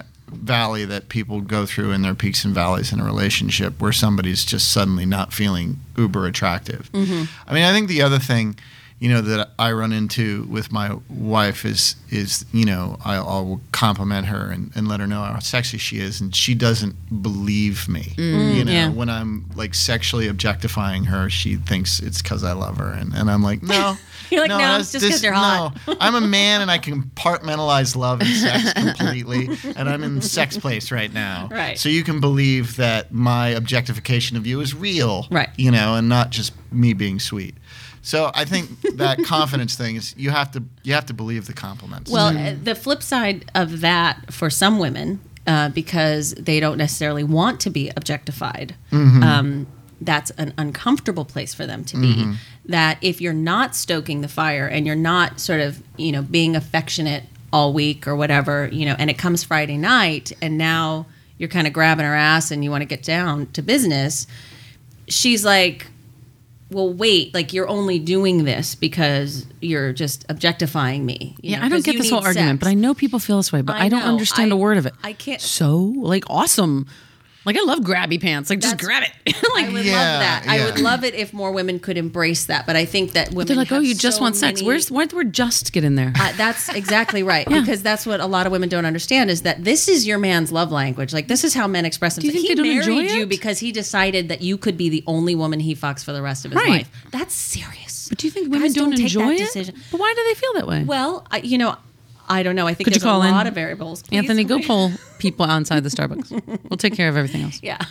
Speaker 2: valley that people go through in their peaks and valleys in a relationship where somebody's just suddenly not feeling uber attractive.
Speaker 1: Mm-hmm.
Speaker 2: I mean, I think the other thing, you know, that I run into with my wife is, is you know, I, I'll compliment her and, and let her know how sexy she is, and she doesn't believe me. you know,
Speaker 1: Mm, yeah.
Speaker 2: when I'm like sexually objectifying her, she thinks it's because I love her, and, and I'm like, no.
Speaker 1: You're like, "No,
Speaker 2: that's-
Speaker 1: it's just 'cause
Speaker 2: this-
Speaker 1: you're hot."
Speaker 2: No, I'm a man, and I compartmentalize love and sex completely, and I'm in sex place right now.
Speaker 1: Right.
Speaker 2: So you can believe that my objectification of you is real.
Speaker 1: Right.
Speaker 2: You know, and not just me being sweet. So I think that confidence thing is you have to you have to believe the compliments.
Speaker 1: Well, uh, the flip side of that for some women, uh, because they don't necessarily want to be objectified, um, that's an uncomfortable place for them to be. That if you're not stoking the fire and you're not sort of, you know, being affectionate all week or whatever, you know, and it comes Friday night and now you're kind of grabbing her ass and you want to get down to business, she's like, well, wait, like you're only doing this because you're just objectifying me. you
Speaker 3: Yeah,
Speaker 1: know,
Speaker 3: I don't
Speaker 1: 'cause
Speaker 3: get
Speaker 1: you
Speaker 3: this
Speaker 1: need
Speaker 3: whole argument,
Speaker 1: sex.
Speaker 3: but I know people feel this way, but
Speaker 1: I
Speaker 3: I, don't
Speaker 1: know.
Speaker 3: understand
Speaker 1: I-
Speaker 3: a word of it.
Speaker 1: I can't-
Speaker 3: So, like, awesome. Like, I love grabby pants. Like, just
Speaker 1: That's-
Speaker 3: grab it. like,
Speaker 1: I would
Speaker 2: Yeah,
Speaker 1: love that. I
Speaker 2: yeah.
Speaker 1: would love it if more women could embrace that. But I think that women
Speaker 3: they're like, oh,
Speaker 1: have
Speaker 3: you just
Speaker 1: so
Speaker 3: want sex.
Speaker 1: many-
Speaker 3: Where's why'd the word just get in there?
Speaker 1: Uh, that's exactly right because that's what a lot of women don't understand is that this is your man's love language. Like this is how men express
Speaker 3: you
Speaker 1: themselves.
Speaker 3: think
Speaker 1: he
Speaker 3: they don't
Speaker 1: married
Speaker 3: enjoy
Speaker 1: you
Speaker 3: it?
Speaker 1: because he decided that you could be the only woman he fucks for the rest of his
Speaker 3: Right.
Speaker 1: life. That's serious.
Speaker 3: but do you think women
Speaker 1: Guys
Speaker 3: don't,
Speaker 1: take
Speaker 3: enjoy
Speaker 1: that
Speaker 3: it?
Speaker 1: Decision.
Speaker 3: But why do they feel that way?
Speaker 1: Well, I, you know, I don't know. I think
Speaker 3: Could you
Speaker 1: there's
Speaker 3: call
Speaker 1: a
Speaker 3: in?
Speaker 1: lot of variables. Please,
Speaker 3: Anthony, go
Speaker 1: please.
Speaker 3: poll people outside the Starbucks. We'll take care of everything else.
Speaker 1: Yeah,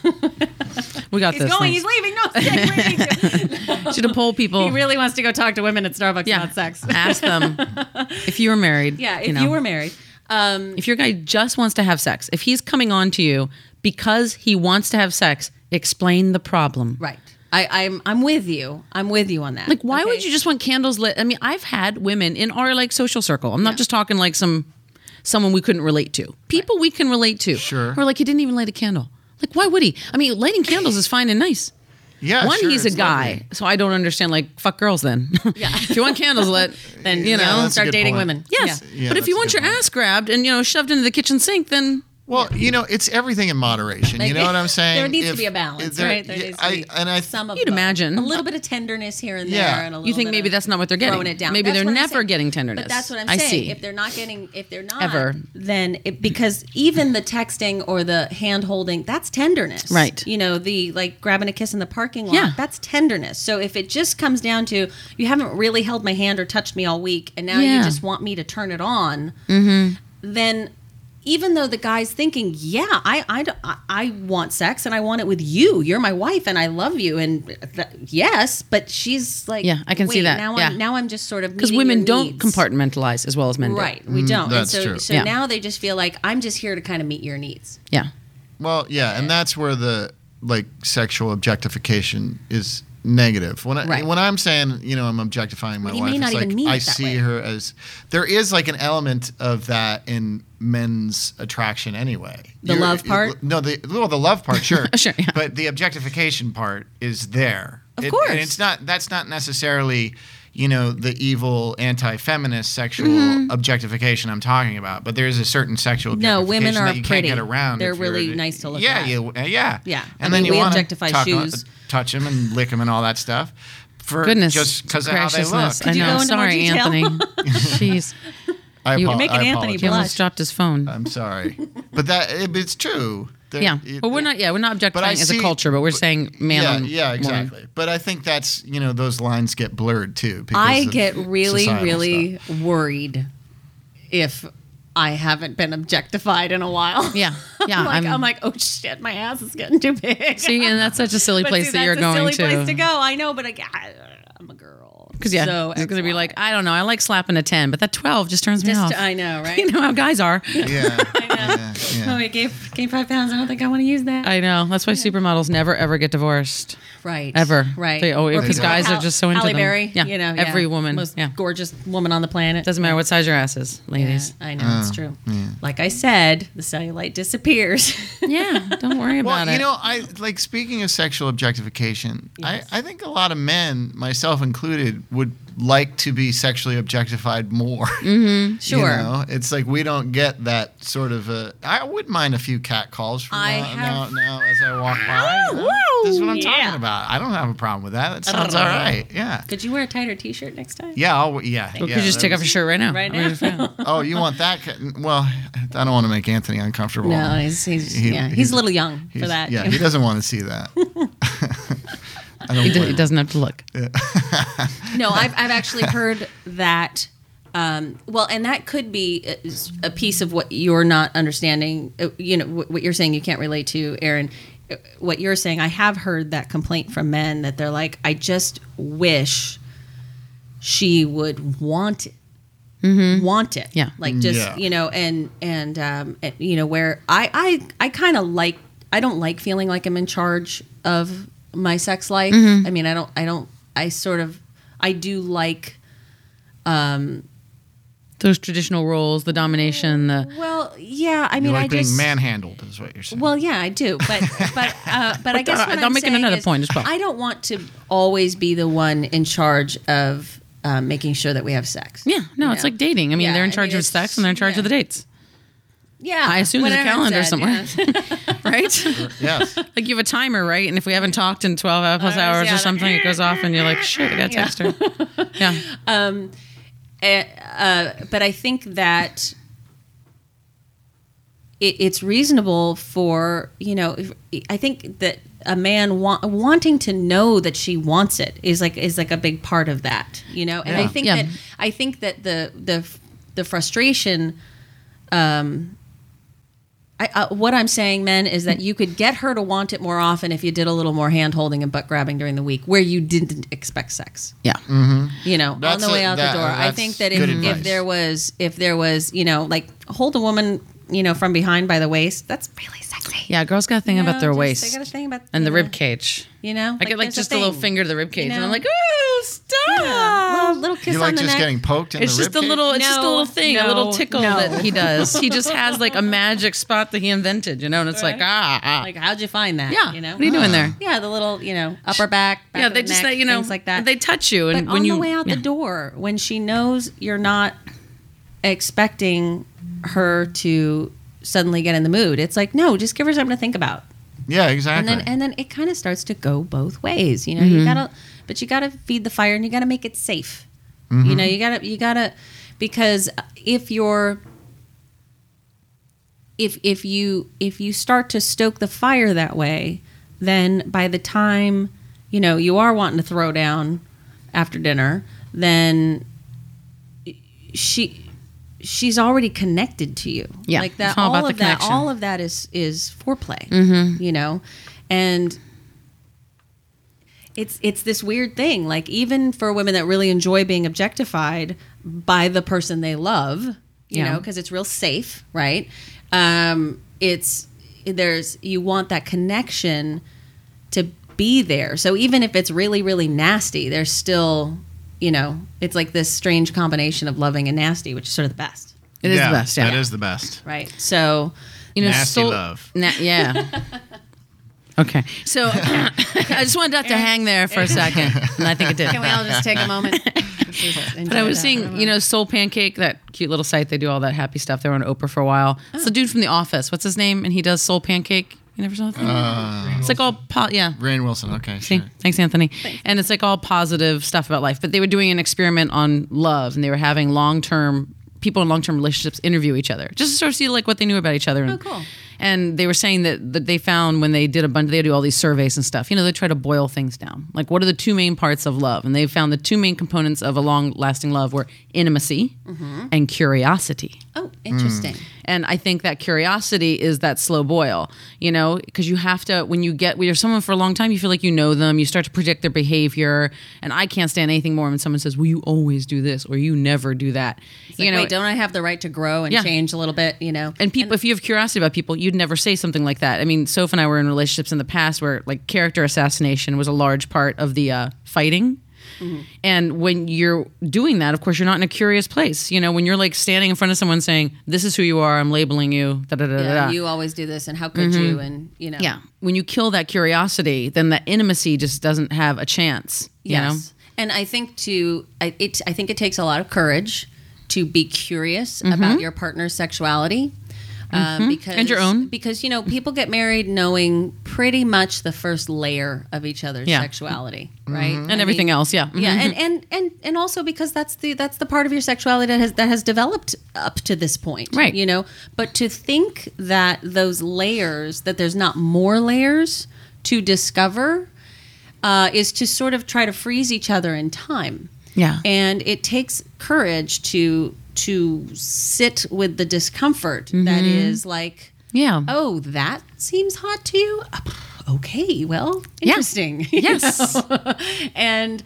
Speaker 3: We got
Speaker 1: he's
Speaker 3: this.
Speaker 1: going. He's leaving. No, stay, wait.
Speaker 3: Should have polled people.
Speaker 1: he really wants to go talk to women at Starbucks
Speaker 3: yeah.
Speaker 1: about sex.
Speaker 3: Ask them if you were married.
Speaker 1: Yeah, if
Speaker 3: know.
Speaker 1: you were married. Um,
Speaker 3: If your guy just wants to have sex, if he's coming on to you because he wants to have sex, explain the problem.
Speaker 1: right. I, I'm I'm with you. I'm with you on that.
Speaker 3: Like, why would
Speaker 1: Okay.
Speaker 3: you just want candles lit? I mean, I've had women in our like social circle. I'm not just talking like some someone we couldn't relate to. People we can relate to.
Speaker 2: Sure.
Speaker 3: Or like he didn't even light a candle. Like, why would he? I mean, lighting candles is fine and nice.
Speaker 2: Yeah,
Speaker 3: One,
Speaker 2: sure,
Speaker 3: he's a
Speaker 2: it's
Speaker 3: guy,
Speaker 2: lovely.
Speaker 3: so I don't understand. Like, fuck girls then. Yeah. if you want candles lit, then you
Speaker 2: Yeah,
Speaker 3: know.
Speaker 2: that's a
Speaker 1: start
Speaker 2: good
Speaker 1: dating
Speaker 2: point.
Speaker 1: women?
Speaker 3: yes.
Speaker 1: Yeah.
Speaker 2: Yeah,
Speaker 3: but if you
Speaker 2: that's a
Speaker 3: want
Speaker 2: good
Speaker 3: your
Speaker 2: point.
Speaker 3: ass grabbed and you know shoved into the kitchen sink, then
Speaker 2: Well, you know, it's everything in moderation. You know what I'm saying?
Speaker 1: There needs
Speaker 2: If-
Speaker 1: to be a balance,
Speaker 2: there-
Speaker 1: right? There
Speaker 2: yeah,
Speaker 1: needs to
Speaker 2: I-
Speaker 1: be
Speaker 2: and I,
Speaker 1: some of
Speaker 3: You'd
Speaker 1: both.
Speaker 3: imagine.
Speaker 1: a little bit of tenderness here and
Speaker 2: Yeah.
Speaker 1: there. And a little
Speaker 3: you think
Speaker 1: bit
Speaker 3: maybe
Speaker 1: of
Speaker 3: that's not what they're getting.
Speaker 1: throwing it down.
Speaker 3: Maybe
Speaker 1: That's
Speaker 3: they're
Speaker 1: what I'm
Speaker 3: never
Speaker 1: saying.
Speaker 3: getting tenderness.
Speaker 1: But that's what I'm
Speaker 3: I
Speaker 1: saying.
Speaker 3: see.
Speaker 1: If they're not getting, if they're not
Speaker 3: Ever.
Speaker 1: then it, because even the texting or the hand holding, that's tenderness,
Speaker 3: Right.
Speaker 1: You know, the like grabbing a kiss in the parking lot,
Speaker 3: Yeah.
Speaker 1: that's tenderness. So if it just comes down to you haven't really held my hand or touched me all week, and now
Speaker 3: Yeah. Mm-hmm.
Speaker 1: you just want me to turn it on, then even though the guy's thinking, yeah, I, I, don't- I, I want sex and I want it with you. You're my wife and I love you. And th- yes, but she's like,
Speaker 3: Yeah, I can see
Speaker 1: wait,
Speaker 3: that.
Speaker 1: Now,
Speaker 3: Yeah.
Speaker 1: I'm, now I'm just sort of
Speaker 3: because
Speaker 1: meeting
Speaker 3: women
Speaker 1: your
Speaker 3: don't
Speaker 1: needs.
Speaker 3: compartmentalize as well as men do.
Speaker 1: Right, we don't. And
Speaker 2: that's
Speaker 1: so
Speaker 2: true.
Speaker 1: so
Speaker 3: Yeah.
Speaker 1: now they just feel like I'm just here to kind of meet your needs.
Speaker 3: Yeah.
Speaker 2: Well, yeah, and that's where the like sexual objectification is negative. When I
Speaker 1: Right.
Speaker 2: when I'm saying, you know, I'm objectifying my
Speaker 1: Well, you
Speaker 2: wife,
Speaker 1: may not
Speaker 2: it's
Speaker 1: even
Speaker 2: like
Speaker 1: mean
Speaker 2: I
Speaker 1: it that
Speaker 2: see
Speaker 1: way.
Speaker 2: her as there is like an element of that in men's attraction anyway.
Speaker 1: The love part?
Speaker 2: No, the well, the love part, sure.
Speaker 3: Sure, yeah.
Speaker 2: But the objectification part is there.
Speaker 1: Of
Speaker 2: It-
Speaker 1: course.
Speaker 2: And it's not that's not necessarily you know the evil anti-feminist sexual
Speaker 1: Mm-hmm.
Speaker 2: objectification I'm talking about, but there is a certain sexual
Speaker 1: No, women
Speaker 2: objectification
Speaker 1: are
Speaker 2: that you can't
Speaker 1: pretty.
Speaker 2: get around.
Speaker 1: They're
Speaker 2: if you're
Speaker 1: really
Speaker 2: a-
Speaker 1: nice to look
Speaker 2: yeah,
Speaker 1: at.
Speaker 2: you- uh, yeah,
Speaker 1: Yeah. I
Speaker 2: And
Speaker 1: mean,
Speaker 2: then you
Speaker 1: we
Speaker 2: want
Speaker 1: objectify
Speaker 2: to
Speaker 1: shoes.
Speaker 2: touch them and lick them and all that stuff. For
Speaker 3: Goodness.
Speaker 2: just because of how they look.
Speaker 3: I
Speaker 1: you
Speaker 3: know.
Speaker 1: go into more
Speaker 3: Sorry,
Speaker 1: detail?
Speaker 3: Anthony. Jeez.
Speaker 2: I
Speaker 3: You-
Speaker 2: apo-
Speaker 3: You're
Speaker 1: making
Speaker 2: I
Speaker 1: Anthony
Speaker 2: apologize.
Speaker 3: He almost
Speaker 1: Blush.
Speaker 3: dropped his phone.
Speaker 2: I'm sorry, but that it, it's true. There-
Speaker 3: yeah.
Speaker 2: it-
Speaker 3: well, we're not. Yeah, we're not objectifying as a
Speaker 2: see-
Speaker 3: culture, but we're saying man.
Speaker 2: Yeah,
Speaker 3: on
Speaker 2: yeah,
Speaker 3: woman.
Speaker 2: exactly. But I think that's you know those lines get blurred too. Because
Speaker 1: I
Speaker 2: of
Speaker 1: get really,
Speaker 2: societal
Speaker 1: really
Speaker 2: stuff.
Speaker 1: worried if I haven't been objectified in a while.
Speaker 3: Yeah. Yeah.
Speaker 1: I'm like,
Speaker 3: I'm-
Speaker 1: I'm like, oh shit, my ass is getting too big.
Speaker 3: See, and that's such a silly
Speaker 1: But
Speaker 3: place
Speaker 1: see,
Speaker 3: that you're
Speaker 1: that's
Speaker 3: going
Speaker 1: a silly place to
Speaker 3: to.
Speaker 1: go. I know, but I, I, uh, I'm a girl.
Speaker 3: Because yeah,
Speaker 1: so
Speaker 3: it's gonna be
Speaker 1: XY.
Speaker 3: like I don't know. I like slapping a ten, but that twelve just turns me
Speaker 1: Just-
Speaker 3: off.
Speaker 1: I know, right?
Speaker 3: You know how guys are.
Speaker 2: Yeah, yeah,
Speaker 1: Oh,
Speaker 2: yeah.
Speaker 1: he gave, gained five pounds. I don't think I want to use that.
Speaker 3: I know. That's why supermodels never ever get divorced.
Speaker 1: right.
Speaker 3: Ever.
Speaker 1: Right.
Speaker 3: They- oh,
Speaker 1: Or
Speaker 3: because
Speaker 1: people like
Speaker 3: guys are
Speaker 1: Hal-
Speaker 3: just so into
Speaker 1: Halle
Speaker 3: them.
Speaker 1: Berry,
Speaker 3: Yeah.
Speaker 1: you know,
Speaker 3: Every
Speaker 1: yeah.
Speaker 3: woman.
Speaker 1: Most
Speaker 3: Yeah.
Speaker 1: gorgeous woman on the planet.
Speaker 3: Doesn't matter what size your ass is, ladies.
Speaker 1: I know,
Speaker 2: Oh,
Speaker 1: it's true. Like I said, the cellulite disappears.
Speaker 3: Yeah. don't worry
Speaker 2: Well,
Speaker 3: about it.
Speaker 2: you know, I like speaking of sexual objectification. I, I think a lot of men, myself included, would like to be sexually objectified more.
Speaker 1: sure.
Speaker 2: You know, it's like we don't get that sort of a. I wouldn't mind a few cat calls from
Speaker 1: I
Speaker 2: now,
Speaker 1: have-
Speaker 2: now, now as I walk by. you know? this is what I'm
Speaker 1: yeah.
Speaker 2: talking about. I don't have a problem with that. That sounds all right. Yeah.
Speaker 1: Could you wear a tighter T-shirt next time?
Speaker 2: Yeah. I'll, yeah.
Speaker 3: Well,
Speaker 2: yeah
Speaker 3: could you just
Speaker 2: that
Speaker 3: take off your
Speaker 2: was-
Speaker 3: shirt right now?
Speaker 1: Right
Speaker 3: I mean,
Speaker 1: now.
Speaker 3: if- yeah.
Speaker 2: Oh, you want that? Ca- Well, I don't want to make Anthony uncomfortable.
Speaker 1: No, he's, he's
Speaker 2: He-
Speaker 1: yeah, he's,
Speaker 2: he's-
Speaker 1: a little young
Speaker 2: He's-
Speaker 1: for that.
Speaker 2: Yeah, he doesn't want to see that. I don't.
Speaker 3: He d-
Speaker 2: blame
Speaker 3: he
Speaker 2: him.
Speaker 3: doesn't have to look.
Speaker 1: no, I've, I've actually heard that. Um, well, and that could be a, a piece of what you're not understanding. uh, You know, what what you're saying you can't relate to, Aaron. Uh, What you're saying, I have heard that complaint from men that they're like, I just wish she would want it. Want it,
Speaker 3: Yeah.
Speaker 1: Like just
Speaker 2: Yeah.
Speaker 1: you know, and and um, and, you know where I I I kind of like I don't like feeling like I'm in charge of my sex life.
Speaker 3: Mm-hmm.
Speaker 1: I mean, I don't I don't I sort of I do like
Speaker 3: those traditional roles, the domination, the
Speaker 1: Well, yeah. I
Speaker 2: You
Speaker 1: mean,
Speaker 2: like
Speaker 1: I
Speaker 2: being
Speaker 1: just
Speaker 2: manhandled, is what you're saying.
Speaker 1: Well, yeah, I do, but but uh, but I guess
Speaker 3: uh,
Speaker 1: what
Speaker 3: I'm
Speaker 1: I'm
Speaker 3: making
Speaker 1: saying
Speaker 3: another
Speaker 1: is
Speaker 3: point as well.
Speaker 1: I don't want to always be the one in charge of uh, making sure that we have sex.
Speaker 3: yeah, no,
Speaker 1: You
Speaker 3: it's
Speaker 1: know?
Speaker 3: like dating. I mean,
Speaker 1: Yeah, I
Speaker 3: they're in
Speaker 1: mean,
Speaker 3: charge of
Speaker 1: it's-
Speaker 3: sex and they're in charge
Speaker 1: yeah.
Speaker 3: of the dates,
Speaker 1: Yeah,
Speaker 3: I assume there's a
Speaker 1: whatever it
Speaker 3: calendar somewhere.
Speaker 1: yeah.
Speaker 3: right?
Speaker 2: yes.
Speaker 3: like you have a timer, right? And if we haven't talked in 12 plus
Speaker 1: Hours,
Speaker 3: hours
Speaker 1: yeah,
Speaker 3: or something, it goes off and you're like, shit, I got to text her. Yeah.
Speaker 1: Eh, uh, but I think that it, it's reasonable for you know. if- I think that a man wa- wanting to know that she wants it is like is like a big part of that, you know. And I
Speaker 2: Yeah.
Speaker 1: think
Speaker 3: Yeah.
Speaker 1: that I think that the the the frustration. Um, I, uh, what I'm saying, men, is that you could get her to want it more often if you did a little more hand holding and butt grabbing during the week where you didn't expect sex
Speaker 3: Yeah.
Speaker 1: you know,
Speaker 2: That's
Speaker 1: on the way
Speaker 2: a-
Speaker 1: out
Speaker 2: that-
Speaker 1: the door. I
Speaker 2: that's
Speaker 1: think that if,
Speaker 2: good
Speaker 1: if
Speaker 2: advice.
Speaker 1: there was if there was, you know, like hold a woman, you know, from behind by the waist, that's really sexy.
Speaker 3: Yeah. Girls got a thing
Speaker 1: You
Speaker 3: about
Speaker 1: know,
Speaker 3: their
Speaker 1: just-
Speaker 3: waist
Speaker 1: They got a thing about
Speaker 3: and the
Speaker 1: you know,
Speaker 3: rib cage.
Speaker 1: You know,
Speaker 3: I get like
Speaker 1: there's
Speaker 3: just a, little
Speaker 1: thing.
Speaker 3: finger Ah. to the rib cage. And
Speaker 1: know?
Speaker 3: I'm like, ooh, stop.
Speaker 1: Yeah. Little, little kiss
Speaker 2: You like
Speaker 1: on the
Speaker 2: just
Speaker 1: neck.
Speaker 2: getting poked in
Speaker 3: It's
Speaker 2: the
Speaker 3: just a
Speaker 2: ribcage?
Speaker 3: little, it's just a
Speaker 1: No,
Speaker 3: little thing, a little
Speaker 1: no,
Speaker 3: tickle
Speaker 1: no.
Speaker 3: that he does. He just has like a magic spot that he invented, you know, and it's like, ah, ah.
Speaker 1: like, how'd you find that?
Speaker 3: yeah,
Speaker 1: you know,
Speaker 3: what are you doing there?
Speaker 1: yeah, the little, you know, upper back, back
Speaker 3: yeah,
Speaker 1: of
Speaker 3: they
Speaker 1: the
Speaker 3: just,
Speaker 1: neck,
Speaker 3: they, you know,
Speaker 1: things like that.
Speaker 3: they touch you, and
Speaker 1: but
Speaker 3: when
Speaker 1: on
Speaker 3: you
Speaker 1: the way out
Speaker 3: yeah.
Speaker 1: the door when she knows you're not expecting her to suddenly get in the mood it's like no just give her something to think about
Speaker 2: Yeah,
Speaker 1: and
Speaker 2: exactly.
Speaker 1: then and then it kind of starts to go both ways you know
Speaker 3: Mm-hmm.
Speaker 1: you gotta but you gotta feed the fire and you gotta make it safe you
Speaker 3: Mm-hmm.
Speaker 1: know you gotta you gotta because if you're if if you if you start to stoke the fire that way then by the time you know you are wanting to throw down after dinner then she she's already connected to you
Speaker 3: Yeah,
Speaker 1: like that
Speaker 3: it's all
Speaker 1: all,
Speaker 3: about the
Speaker 1: of that
Speaker 3: connection.
Speaker 1: all of that is is foreplay mm-hmm. you know and it's it's this weird thing like even for women that really enjoy being objectified by the person they love you
Speaker 3: Yeah.
Speaker 1: know because it's real safe right um it's there's you want that connection to be there so even if it's really really nasty there's still you know it's like this strange combination of loving and nasty which is sort of the best
Speaker 3: It is the best. Yeah,
Speaker 2: That is the best.
Speaker 1: right so
Speaker 3: you
Speaker 2: Nasty love.
Speaker 3: Na- yeah. okay. So I just wanted that to hang there for a second, and I think it did.
Speaker 1: can we all just take a moment
Speaker 3: But I was seeing, you know, Soul Pancake, that cute little site. They do all that happy stuff. They were on Oprah for a while. It's the dude from The Office. What's his name? And he does Soul Pancake. You never saw that? thing?
Speaker 2: Uh,
Speaker 3: it's like all, po- yeah.
Speaker 2: Rain Wilson. Okay.
Speaker 3: See?
Speaker 2: Sure.
Speaker 3: Thanks, Anthony. And it's like all positive stuff about life. But they were doing an experiment on love, and they were having long term people in long term relationships interview each other just to sort of see like what they knew about each other. And,
Speaker 1: cool.
Speaker 3: And they were saying that, that they found when they did a bunch, they do all these surveys and stuff. You know, they try to boil things down. Like, what are the two main parts of love? And they found the two main components of a long lasting love were intimacy and curiosity.
Speaker 1: oh interesting
Speaker 3: And I think that curiosity is that slow boil, you know, because you have to, when you get, when you're someone for a long time, you feel like you know them, you start to predict their behavior. And I can't stand anything more when someone says, well, you always do this or you never do that.
Speaker 1: Like,
Speaker 3: you know,
Speaker 1: wait, don't I have the right to grow and
Speaker 3: Yeah.
Speaker 1: change a little bit? You know,
Speaker 3: and people, if you have curiosity about people, you'd never say something like that. I mean, Soph and I were in relationships in the past where like character assassination was a large part of the uh, fighting.
Speaker 1: Mm-hmm.
Speaker 3: And when you're doing that, of course, you're not in a curious place. You know, when you're like standing in front of someone saying, "This is who you are," I'm labeling you. Da da da da.
Speaker 1: Yeah,
Speaker 3: da.
Speaker 1: you always do this, and how could you? And you know,
Speaker 3: Yeah. When you kill that curiosity, then that intimacy just doesn't have a chance. You
Speaker 1: yes. And I think to I, it, I think it takes a lot of courage to be curious about your partner's sexuality. Um, because
Speaker 3: Mm-hmm. And your own.
Speaker 1: because you know people get married knowing pretty much the first layer of each other's
Speaker 3: Yeah.
Speaker 1: sexuality right
Speaker 3: know? And everything else. Yeah. Mhm.
Speaker 1: yeah and, and and and also because that's the that's the part of your sexuality that has that has developed up to this point
Speaker 3: Right.
Speaker 1: you know but to think that those layers that there's not more layers to discover uh, is to sort of try to freeze each other in time
Speaker 3: Yeah.
Speaker 1: and it takes courage to to sit with the discomfort
Speaker 3: Mm-hmm.
Speaker 1: that is like
Speaker 3: Yeah.
Speaker 1: oh that seems hot to you Uh, okay well interesting
Speaker 3: Yes.
Speaker 1: and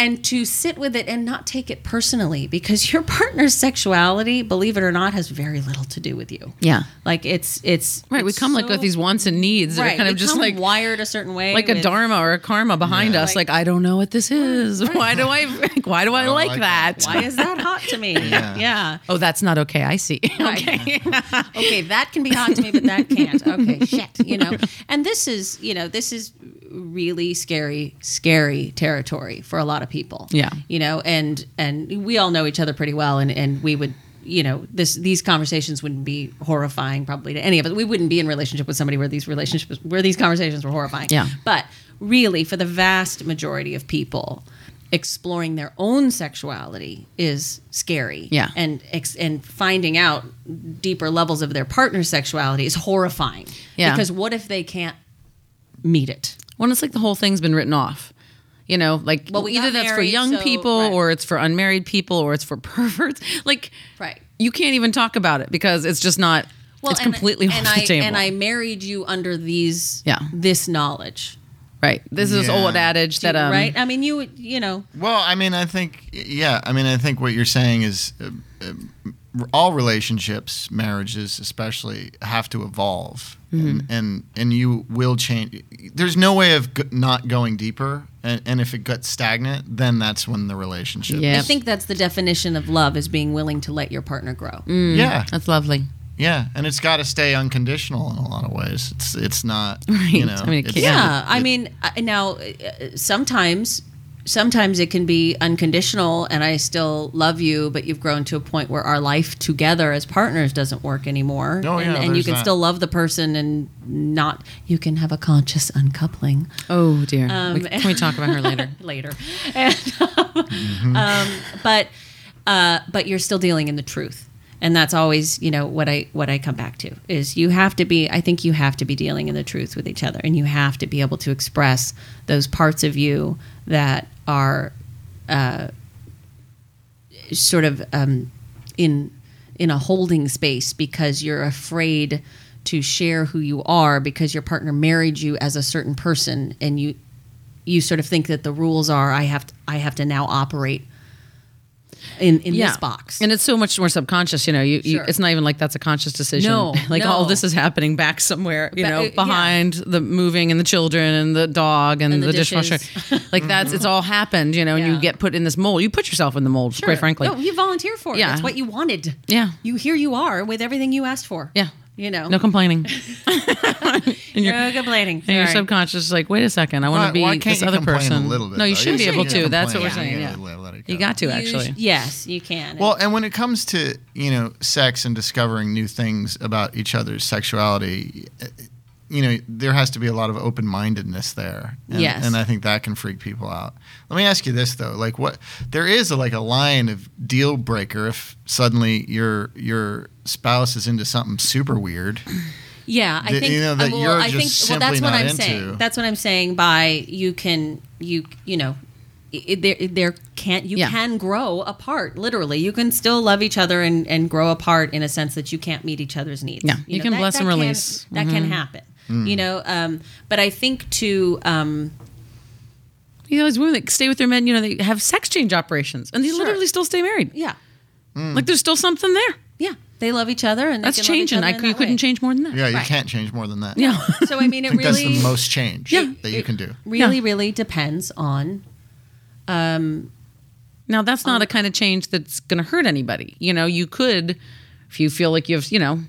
Speaker 1: and to sit with it and not take it personally because your partner's sexuality, believe it or not, has very little to do with you.
Speaker 3: Yeah.
Speaker 1: Like it's it's
Speaker 3: Right, we
Speaker 1: it's
Speaker 3: come like
Speaker 1: so-
Speaker 3: with these wants and needs that
Speaker 1: right,
Speaker 3: are kind
Speaker 1: we
Speaker 3: of just
Speaker 1: come
Speaker 3: like
Speaker 1: wired a certain way,
Speaker 3: like a
Speaker 1: with-
Speaker 3: dharma or a karma behind us. Like, I don't know what this is. Why do I? Why do I,
Speaker 2: don't
Speaker 3: like,
Speaker 2: like
Speaker 3: that?
Speaker 2: that.
Speaker 1: Why is that hot to me?
Speaker 2: Yeah.
Speaker 1: yeah.
Speaker 3: Oh, that's not okay. I see. okay.
Speaker 1: okay, that can be hot to me, but that can't. Okay, shit, you know. And this is, you know, this is really scary, scary territory for a lot of people.
Speaker 3: Yeah.
Speaker 1: you know, and and we all know each other pretty well, and and we would. You know, this these conversations wouldn't be horrifying probably to any of us. We wouldn't be in relationship with somebody where these relationships where these conversations were horrifying.
Speaker 3: Yeah.
Speaker 1: But really, for the vast majority of people, exploring their own sexuality is scary
Speaker 3: Yeah.
Speaker 1: and ex- and finding out deeper levels of their partner's sexuality is horrifying.
Speaker 3: Yeah.
Speaker 1: Because what if they can't meet it?
Speaker 3: Well, it's like the whole thing's been written off. You know, like
Speaker 1: Well, we
Speaker 3: either
Speaker 1: got
Speaker 3: that's for
Speaker 1: married,
Speaker 3: young
Speaker 1: so-
Speaker 3: people
Speaker 1: right.
Speaker 3: or it's for unmarried people or it's for perverts. Like,
Speaker 1: Right.
Speaker 3: you can't even talk about it because it's just not. it's completely
Speaker 1: and,
Speaker 3: off
Speaker 1: and
Speaker 3: the
Speaker 1: I,
Speaker 3: table.
Speaker 1: And I married you under these
Speaker 3: Yeah.
Speaker 1: this knowledge.
Speaker 3: right. This is
Speaker 2: Yeah.
Speaker 3: old adage that um.
Speaker 1: right? I mean you would- you know
Speaker 2: Well, I mean, I think, yeah, I mean, I think what you're saying is uh, uh, all relationships, marriages especially, have to evolve, and,
Speaker 1: Mm-hmm.
Speaker 2: and and you will change. There's no way of g- not going deeper, and, and if it gets stagnant, then that's when the relationship.
Speaker 3: Yeah.
Speaker 1: I think that's the definition of love is being willing to let your partner grow.
Speaker 2: yeah,
Speaker 3: That's lovely.
Speaker 2: yeah, and it's got to stay unconditional in a lot of ways. It's it's not,
Speaker 3: Right.
Speaker 2: you know,
Speaker 3: I mean, it
Speaker 2: it's-
Speaker 3: can't.
Speaker 1: Yeah, I
Speaker 2: it-
Speaker 1: mean, I- now uh, sometimes sometimes it can be unconditional and I still love you, but you've grown to a point where our life together as partners doesn't work anymore.
Speaker 2: Oh,
Speaker 1: and,
Speaker 2: yeah,
Speaker 1: and you
Speaker 2: there's
Speaker 1: can
Speaker 2: that.
Speaker 1: still love the person and not you can have a conscious uncoupling
Speaker 3: Oh dear.
Speaker 1: Um,
Speaker 3: We- can we talk about her later?
Speaker 1: later. And, um, um, but uh, but you're still dealing in the truth. And that's always, you know, what I what I come back to is you have to be I think you have to be dealing in the truth with each other and you have to be able to express those parts of you that are uh, sort of um, in in a holding space because you're afraid to share who you are because your partner married you as a certain person and you you sort of think that the rules are I have to, I have to now operate in in this box.
Speaker 3: And it's so much more subconscious, you know. You, you
Speaker 1: Sure.
Speaker 3: it's not even like that's a conscious decision.
Speaker 1: No,
Speaker 3: like all
Speaker 1: no.
Speaker 3: this is happening back somewhere, you
Speaker 1: Ba-
Speaker 3: know,
Speaker 1: uh, yeah.
Speaker 3: behind the moving and the children and the dog and,
Speaker 1: And
Speaker 3: the,
Speaker 1: the
Speaker 3: dishwasher. like that's it's all happened, you know, and you
Speaker 1: Yeah.
Speaker 3: get put in this mold. You put yourself in the mold, quite frankly.
Speaker 1: no, you volunteer for it.
Speaker 3: Yeah.
Speaker 1: It's what you wanted.
Speaker 3: Yeah.
Speaker 1: you here you are with everything you asked for.
Speaker 3: Yeah.
Speaker 1: you know,
Speaker 3: No complaining. and you're,
Speaker 1: no complaining.
Speaker 3: and your
Speaker 1: Sorry.
Speaker 3: subconscious is like, wait a second, I want to
Speaker 2: why-
Speaker 3: be
Speaker 2: why can't
Speaker 3: this
Speaker 2: you
Speaker 3: other
Speaker 2: complain a
Speaker 3: person.
Speaker 2: little bit,
Speaker 3: no, you
Speaker 2: though?
Speaker 3: should
Speaker 2: You
Speaker 3: be
Speaker 2: should
Speaker 3: able
Speaker 2: be
Speaker 3: to. That's what we're
Speaker 2: complain. You
Speaker 3: saying. Yeah.
Speaker 2: gotta let it
Speaker 3: You
Speaker 2: go.
Speaker 3: got to
Speaker 1: You-
Speaker 3: actually.
Speaker 1: yes, you can.
Speaker 2: Well, and when it comes to you know sex and discovering new things about each other's sexuality, eh, you know there has to be a lot of open mindedness there. And,
Speaker 1: Yes.
Speaker 2: and I think that can freak people out. Let me ask you this though: like, what there is a, like a line of deal breaker if suddenly your your spouse is into something super weird.
Speaker 1: Yeah, I
Speaker 2: that,
Speaker 1: think
Speaker 2: you know, that
Speaker 1: well,
Speaker 2: you're
Speaker 1: I
Speaker 2: just
Speaker 1: think well, that's what
Speaker 2: simply not
Speaker 1: I'm
Speaker 2: into.
Speaker 1: saying. That's what I'm saying by you can you you know i- i- there there can't you
Speaker 3: Yeah.
Speaker 1: can grow apart literally. You can still love each other and and grow apart in a sense that you can't meet each other's needs.
Speaker 3: Yeah, you can
Speaker 1: that-
Speaker 3: bless
Speaker 1: that
Speaker 3: and release. Mm-hmm.
Speaker 1: That can happen.
Speaker 2: Mm.
Speaker 1: You know, um, but I think to um,
Speaker 3: You know, these women that stay with their men, you know, they have sex change operations and they
Speaker 1: Sure.
Speaker 3: literally still stay married.
Speaker 1: yeah
Speaker 3: Like there's still something there.
Speaker 1: yeah they love each other and they
Speaker 3: That's
Speaker 1: can love each
Speaker 3: changing.
Speaker 1: other
Speaker 3: I,
Speaker 1: in
Speaker 3: you
Speaker 1: that
Speaker 3: couldn't
Speaker 1: way.
Speaker 3: change more than that.
Speaker 2: Yeah, you
Speaker 1: Right.
Speaker 2: can't change more than that.
Speaker 3: Yeah.
Speaker 1: So I mean,
Speaker 2: I
Speaker 1: it
Speaker 2: think
Speaker 1: really
Speaker 2: that's the most change
Speaker 3: Yeah.
Speaker 2: that you can do.
Speaker 1: really
Speaker 3: Yeah.
Speaker 1: really depends on
Speaker 3: Now that's
Speaker 1: Um,
Speaker 3: not a kind of change that's going to hurt anybody. You know, you could, if you feel like you've, you know,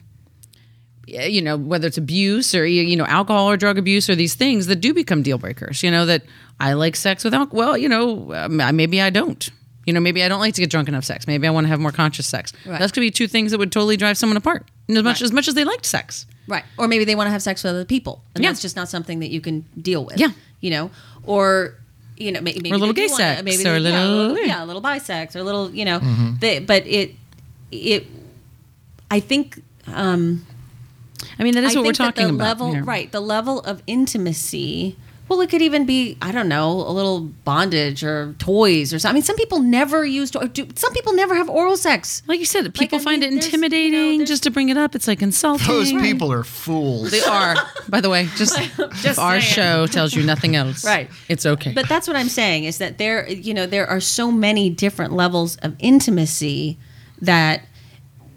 Speaker 3: eh, you know whether it's abuse or you you know alcohol or drug abuse or these things that do become deal breakers. You know that I like sex with alcohol. Well, you know um, I- maybe I don't. You know maybe I don't like to get drunk enough sex. Maybe I want to have more conscious sex.
Speaker 1: Right.
Speaker 3: That's going to be two things that would totally drive someone apart. And As much
Speaker 1: Right.
Speaker 3: as much as they liked sex.
Speaker 1: Right. Or maybe they want to have sex with other people. And
Speaker 3: Yeah.
Speaker 1: that's just not something that you can deal with.
Speaker 3: Yeah.
Speaker 1: You know? Or you know, may- maybe,
Speaker 3: Or a little
Speaker 1: they do
Speaker 3: gay
Speaker 1: wanna-
Speaker 3: sex
Speaker 1: maybe
Speaker 3: or a
Speaker 1: they- yeah,
Speaker 3: little-
Speaker 1: yeah, a little bisex or a little, you know, they, but it, it, I think um,
Speaker 3: I mean that is
Speaker 1: I
Speaker 3: what we're
Speaker 1: think that
Speaker 3: talking
Speaker 1: the
Speaker 3: about.
Speaker 1: Level,
Speaker 3: you know.
Speaker 1: Right. The level of intimacy Well, it could even be I don't know a little bondage or toys or something. I mean, some people never use to- do, some people never have oral sex.
Speaker 3: Like you said, people
Speaker 1: I
Speaker 3: find
Speaker 1: mean,
Speaker 3: it
Speaker 1: there's, you know,
Speaker 3: intimidating
Speaker 1: there's-
Speaker 3: just to bring it up. It's like insulting.
Speaker 2: Those people are fools.
Speaker 3: They are, by the way, just, if our
Speaker 1: saying.
Speaker 3: show tells you nothing else.
Speaker 1: Right.
Speaker 3: It's okay.
Speaker 1: But that's what I'm saying is that there, you know, there are so many different levels of intimacy that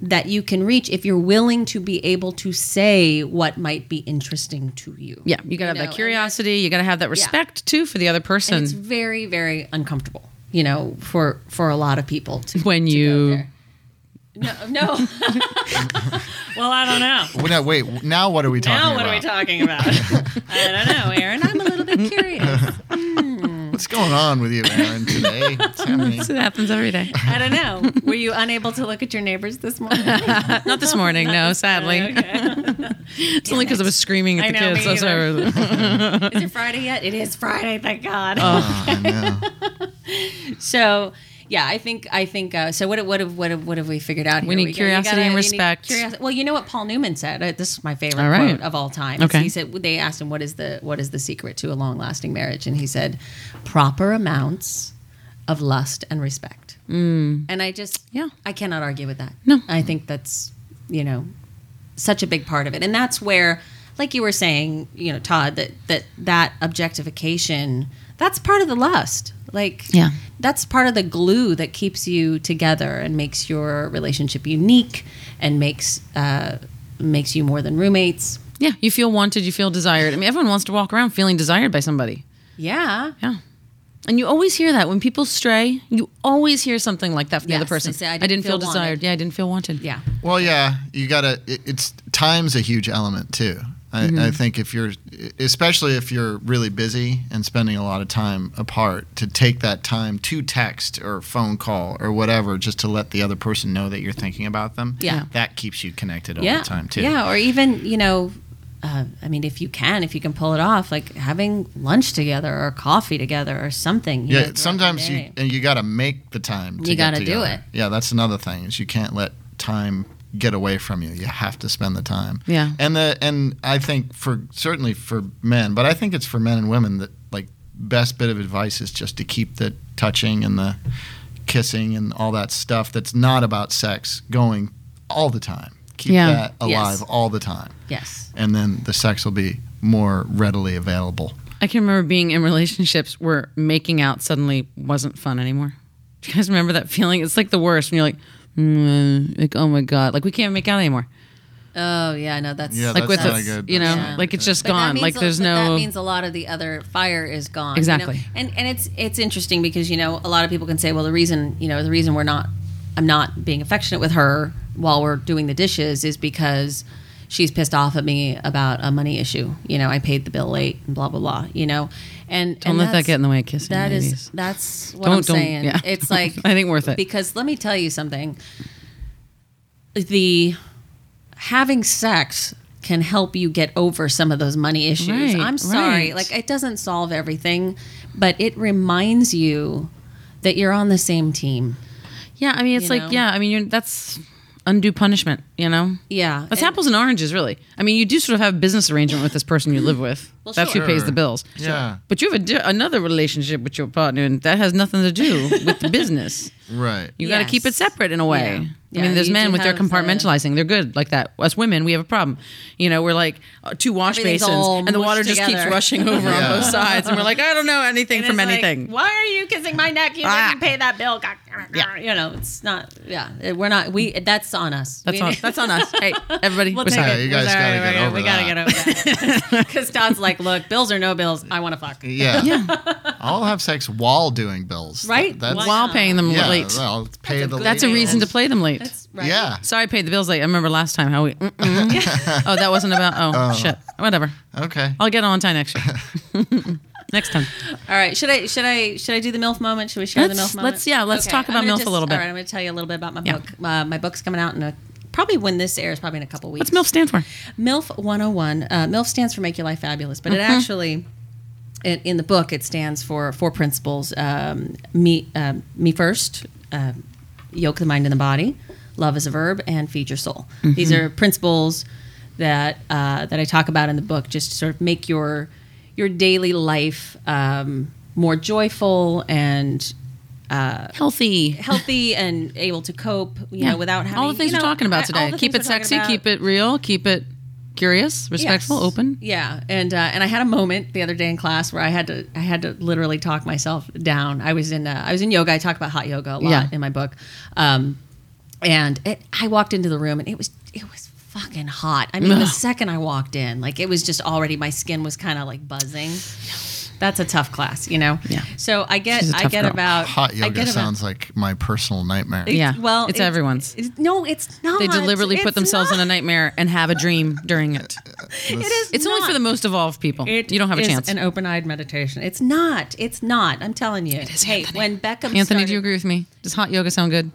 Speaker 1: that you can reach if you're willing to be able to say what might be interesting to you.
Speaker 3: yeah, you gotta have
Speaker 1: know, and
Speaker 3: that curiosity. You gotta have that respect too for the other person.
Speaker 1: It's very, very uncomfortable, you know, for for a lot of people to
Speaker 3: when
Speaker 1: to go
Speaker 3: you
Speaker 1: there. No, no. well, I don't know.
Speaker 2: Well, no, wait. Now what are we talking
Speaker 1: Now, what
Speaker 2: about?
Speaker 1: are we talking about? I don't know, Aaron. I'm a little bit curious.
Speaker 2: What's going on with you, Aaron? Today, It's happening.
Speaker 3: it happens every day.
Speaker 1: I don't know. Were you unable to look at your neighbors this morning?
Speaker 3: Uh, Not this morning, no, sadly. It's only because I was screaming at
Speaker 1: I
Speaker 3: the
Speaker 1: know,
Speaker 3: kids.
Speaker 1: me
Speaker 3: That's why I was-
Speaker 1: Is it Friday yet? It is Friday, thank God.
Speaker 2: Oh, I know.
Speaker 1: So yeah, I think I think uh, so. What what have, what have, what have we figured out? Here?
Speaker 3: need
Speaker 1: got-
Speaker 3: curiosity and
Speaker 1: we need
Speaker 3: respect.
Speaker 1: curios- Well, you know what Paul Newman said. Uh, this is my favorite
Speaker 3: All right.
Speaker 1: quote of all time.
Speaker 3: Okay.
Speaker 1: he said they asked him what is the what is the secret to a long lasting marriage, and he said proper amounts of lust and respect. Mm. And I just
Speaker 3: Yeah.
Speaker 1: I cannot argue with that.
Speaker 3: No.
Speaker 1: I think that's you know such a big part of it, and that's where. Like you were saying, you know, Todd, that that that objectification, that's part of the lust. Like,
Speaker 3: Yeah.
Speaker 1: that's part of the glue that keeps you together and makes your relationship unique and makes uh, makes you more than roommates.
Speaker 3: Yeah, you feel wanted, you feel desired. I mean, everyone wants to walk around feeling desired by somebody.
Speaker 1: Yeah.
Speaker 3: Yeah. And you always hear that when people stray, you always hear something like that from the
Speaker 1: Yes,
Speaker 3: other person.
Speaker 1: they say, "I
Speaker 3: I
Speaker 1: didn't
Speaker 3: didn't feel,
Speaker 1: feel wanted."
Speaker 3: desired. Yeah, I didn't feel wanted.
Speaker 1: Yeah.
Speaker 2: Well, yeah, you gotta. It, it's time's a huge element too. I,
Speaker 1: Mm-hmm.
Speaker 2: I think if you're, especially if you're really busy and spending a lot of time apart, to take that time to text or phone call or whatever, just to let the other person know that you're thinking about them.
Speaker 1: Yeah.
Speaker 2: that keeps you connected all
Speaker 1: yeah.
Speaker 2: the time too.
Speaker 1: Yeah, or even, you know, uh, I mean, if you can, if you can pull it off, like having lunch together or coffee together or something. you know,
Speaker 2: Yeah,
Speaker 1: throughout the
Speaker 2: sometimes you
Speaker 1: day.
Speaker 2: and you got to make the time. To
Speaker 1: You
Speaker 2: get
Speaker 1: gotta do
Speaker 2: together.
Speaker 1: it.
Speaker 2: Yeah, that's another thing is you can't let time get away from you. You have to spend the time.
Speaker 3: Yeah.
Speaker 2: and the and I think for certainly for men, but I think it's for men and women that like best bit of advice is just to keep the touching and the kissing and all that stuff that's not about sex going all the time. Keep
Speaker 3: Yeah.
Speaker 2: that alive
Speaker 1: Yes.
Speaker 2: all the time,
Speaker 1: Yes.
Speaker 2: and then the sex will be more readily available.
Speaker 3: I can remember being in relationships where making out suddenly wasn't fun anymore. Do you guys remember that feeling? It's like the worst when you're like, mm, like oh my god, like we can't make out anymore.
Speaker 1: Oh, yeah, no, that's.
Speaker 2: Yeah, that's
Speaker 3: Like with
Speaker 2: not a
Speaker 3: us,
Speaker 2: good.
Speaker 3: you know,
Speaker 2: that's not a
Speaker 3: like
Speaker 2: good
Speaker 3: it's just
Speaker 1: But that
Speaker 3: gone.
Speaker 1: means
Speaker 3: Like
Speaker 1: a-
Speaker 3: there's
Speaker 1: but
Speaker 3: no.
Speaker 1: that means a lot of the other fire is gone you know?
Speaker 3: Exactly.
Speaker 1: and and it's it's interesting because you know a lot of people can say well the reason you know the reason we're not i'm not being affectionate with her while we're doing the dishes is because she's pissed off at me about a money issue you know i paid the bill late and blah blah blah you know and
Speaker 3: don't
Speaker 1: and
Speaker 3: let that
Speaker 1: that's-
Speaker 3: get in the way of kissing.
Speaker 1: that
Speaker 3: ladies.
Speaker 1: is that's what
Speaker 3: Don't-
Speaker 1: I'm
Speaker 3: don't-
Speaker 1: saying.
Speaker 3: yeah.
Speaker 1: It's like
Speaker 3: I think worth it.
Speaker 1: because let me tell you something. The having sex can help you get over some of those money issues.
Speaker 3: Right,
Speaker 1: I'm sorry,
Speaker 3: right.
Speaker 1: like it doesn't solve everything, but it reminds you that you're on the same team.
Speaker 3: Yeah, I mean, it's
Speaker 1: you
Speaker 3: like
Speaker 1: know?
Speaker 3: yeah, I mean, you're, that's undue punishment. You know,
Speaker 1: Yeah,
Speaker 3: that's
Speaker 1: and-
Speaker 3: apples and oranges, really. I mean, you do sort of have a business arrangement with this person you live with. that's
Speaker 1: sure.
Speaker 3: who pays
Speaker 2: Sure.
Speaker 3: the bills.
Speaker 2: Yeah.
Speaker 3: but you have a di- another relationship with your partner, and that has nothing to do with the business.
Speaker 2: Right.
Speaker 3: You got to keep it
Speaker 1: Yes.
Speaker 3: separate in a way.
Speaker 1: Yeah.
Speaker 3: I
Speaker 1: Yeah,
Speaker 3: mean, there's
Speaker 1: you
Speaker 3: men
Speaker 1: do
Speaker 3: with their
Speaker 1: have the-
Speaker 3: compartmentalizing. They're good like that. Us women, we have a problem. You know, we're like uh, two wash
Speaker 1: Everything's
Speaker 3: basins,
Speaker 1: all
Speaker 3: and the
Speaker 1: mushed
Speaker 3: water just
Speaker 1: together.
Speaker 3: keeps rushing over
Speaker 2: Yeah.
Speaker 3: on both sides, and we're like, I don't know anything
Speaker 1: And
Speaker 3: from
Speaker 1: it's like,
Speaker 3: anything.
Speaker 1: Why are you kissing my neck? You
Speaker 3: Ah.
Speaker 1: didn't pay that bill. God, You know, it's not. Yeah, we're not. We that's on us.
Speaker 3: that's
Speaker 1: We-
Speaker 3: on. That's on us. Hey, everybody,
Speaker 1: We'll
Speaker 3: we're
Speaker 1: take
Speaker 3: sorry.
Speaker 2: Yeah,
Speaker 1: it.
Speaker 2: you guys
Speaker 1: We're sorry,
Speaker 2: gotta
Speaker 1: we're
Speaker 2: get over
Speaker 1: we gotta get over that. Because Todd's like, look, bills or no bills, I want to fuck.
Speaker 2: Yeah.
Speaker 3: Yeah.
Speaker 2: I'll have sex while doing bills.
Speaker 1: Right?
Speaker 2: That's,
Speaker 1: Why
Speaker 3: while
Speaker 1: not?
Speaker 3: paying them
Speaker 2: yeah,
Speaker 3: late.
Speaker 2: Well, pay
Speaker 1: a
Speaker 2: the
Speaker 1: good
Speaker 3: That's a
Speaker 1: Yeah.
Speaker 3: reason to play them late.
Speaker 1: That's right.
Speaker 2: Yeah.
Speaker 3: Sorry, I paid the bills late. I remember last time how we. mm-mm. oh, that wasn't about. Oh, shit. Whatever.
Speaker 2: Okay.
Speaker 3: I'll get on time next year. next time.
Speaker 1: All right. Should I should I should I do the MILF moment? Should we share
Speaker 3: Let's-
Speaker 1: the MILF moment?
Speaker 3: let's- yeah, let's talk
Speaker 1: I'm
Speaker 3: about
Speaker 1: gonna
Speaker 3: MILF a little bit.
Speaker 1: All right, I'm gonna tell you a little bit about my
Speaker 3: Yeah.
Speaker 1: book. Uh, my book's coming out in a probably when this airs, probably in a couple weeks.
Speaker 3: What's MILF stand for?
Speaker 1: MILF 101. Uh, MILF stands for Make Your Life Fabulous, but it
Speaker 3: Uh-huh.
Speaker 1: actually, in, in the book, it stands for four principles um, me, um me first, uh, yoke the mind and the body, love is a verb, and feed your soul.
Speaker 3: Mm-hmm.
Speaker 1: These are principles that, uh, that I talk about in the book, just to sort of make your your daily life um, more joyful and
Speaker 3: Healthy.
Speaker 1: healthy and able to cope, you know, without having
Speaker 3: all the things
Speaker 1: you know,
Speaker 3: we're talking about
Speaker 1: I- all
Speaker 3: today.
Speaker 1: the
Speaker 3: Keep it
Speaker 1: things we're talking
Speaker 3: sexy,
Speaker 1: about.
Speaker 3: keep it real, keep it curious, respectful,
Speaker 1: Yes.
Speaker 3: open.
Speaker 1: Yeah, and uh, and I had a moment the other day in class where I had to I had to literally talk myself down. I was in uh, I was in yoga. I talk about hot yoga a lot
Speaker 3: Yeah.
Speaker 1: in my book, um, and it, I walked into the room and it was it was fucking hot. I mean, the second I walked in, like it was just already my skin was kind of like buzzing. That's a tough class, you know.
Speaker 3: Yeah.
Speaker 1: So I get
Speaker 3: She's a
Speaker 1: I
Speaker 3: tough
Speaker 1: get
Speaker 3: girl.
Speaker 1: about
Speaker 2: Hot
Speaker 1: I
Speaker 2: yoga
Speaker 1: get about-
Speaker 2: sounds like my personal nightmare.
Speaker 3: Yeah.
Speaker 1: Well,
Speaker 3: It's everyone's.
Speaker 1: it's- no, it's not.
Speaker 3: They deliberately put
Speaker 1: It's
Speaker 3: themselves in
Speaker 1: not.
Speaker 3: a nightmare and have a dream during it.
Speaker 1: It is.
Speaker 3: It's only
Speaker 1: not.
Speaker 3: for the most evolved people.
Speaker 1: It
Speaker 3: you don't have a
Speaker 1: is
Speaker 3: chance.
Speaker 1: An open-eyed meditation. It's not. It's not. I'm telling you.
Speaker 3: is,
Speaker 1: hey,
Speaker 3: Anthony.
Speaker 1: when Beckham
Speaker 3: Anthony,
Speaker 1: started,
Speaker 3: do you agree with me? Does hot yoga sound good?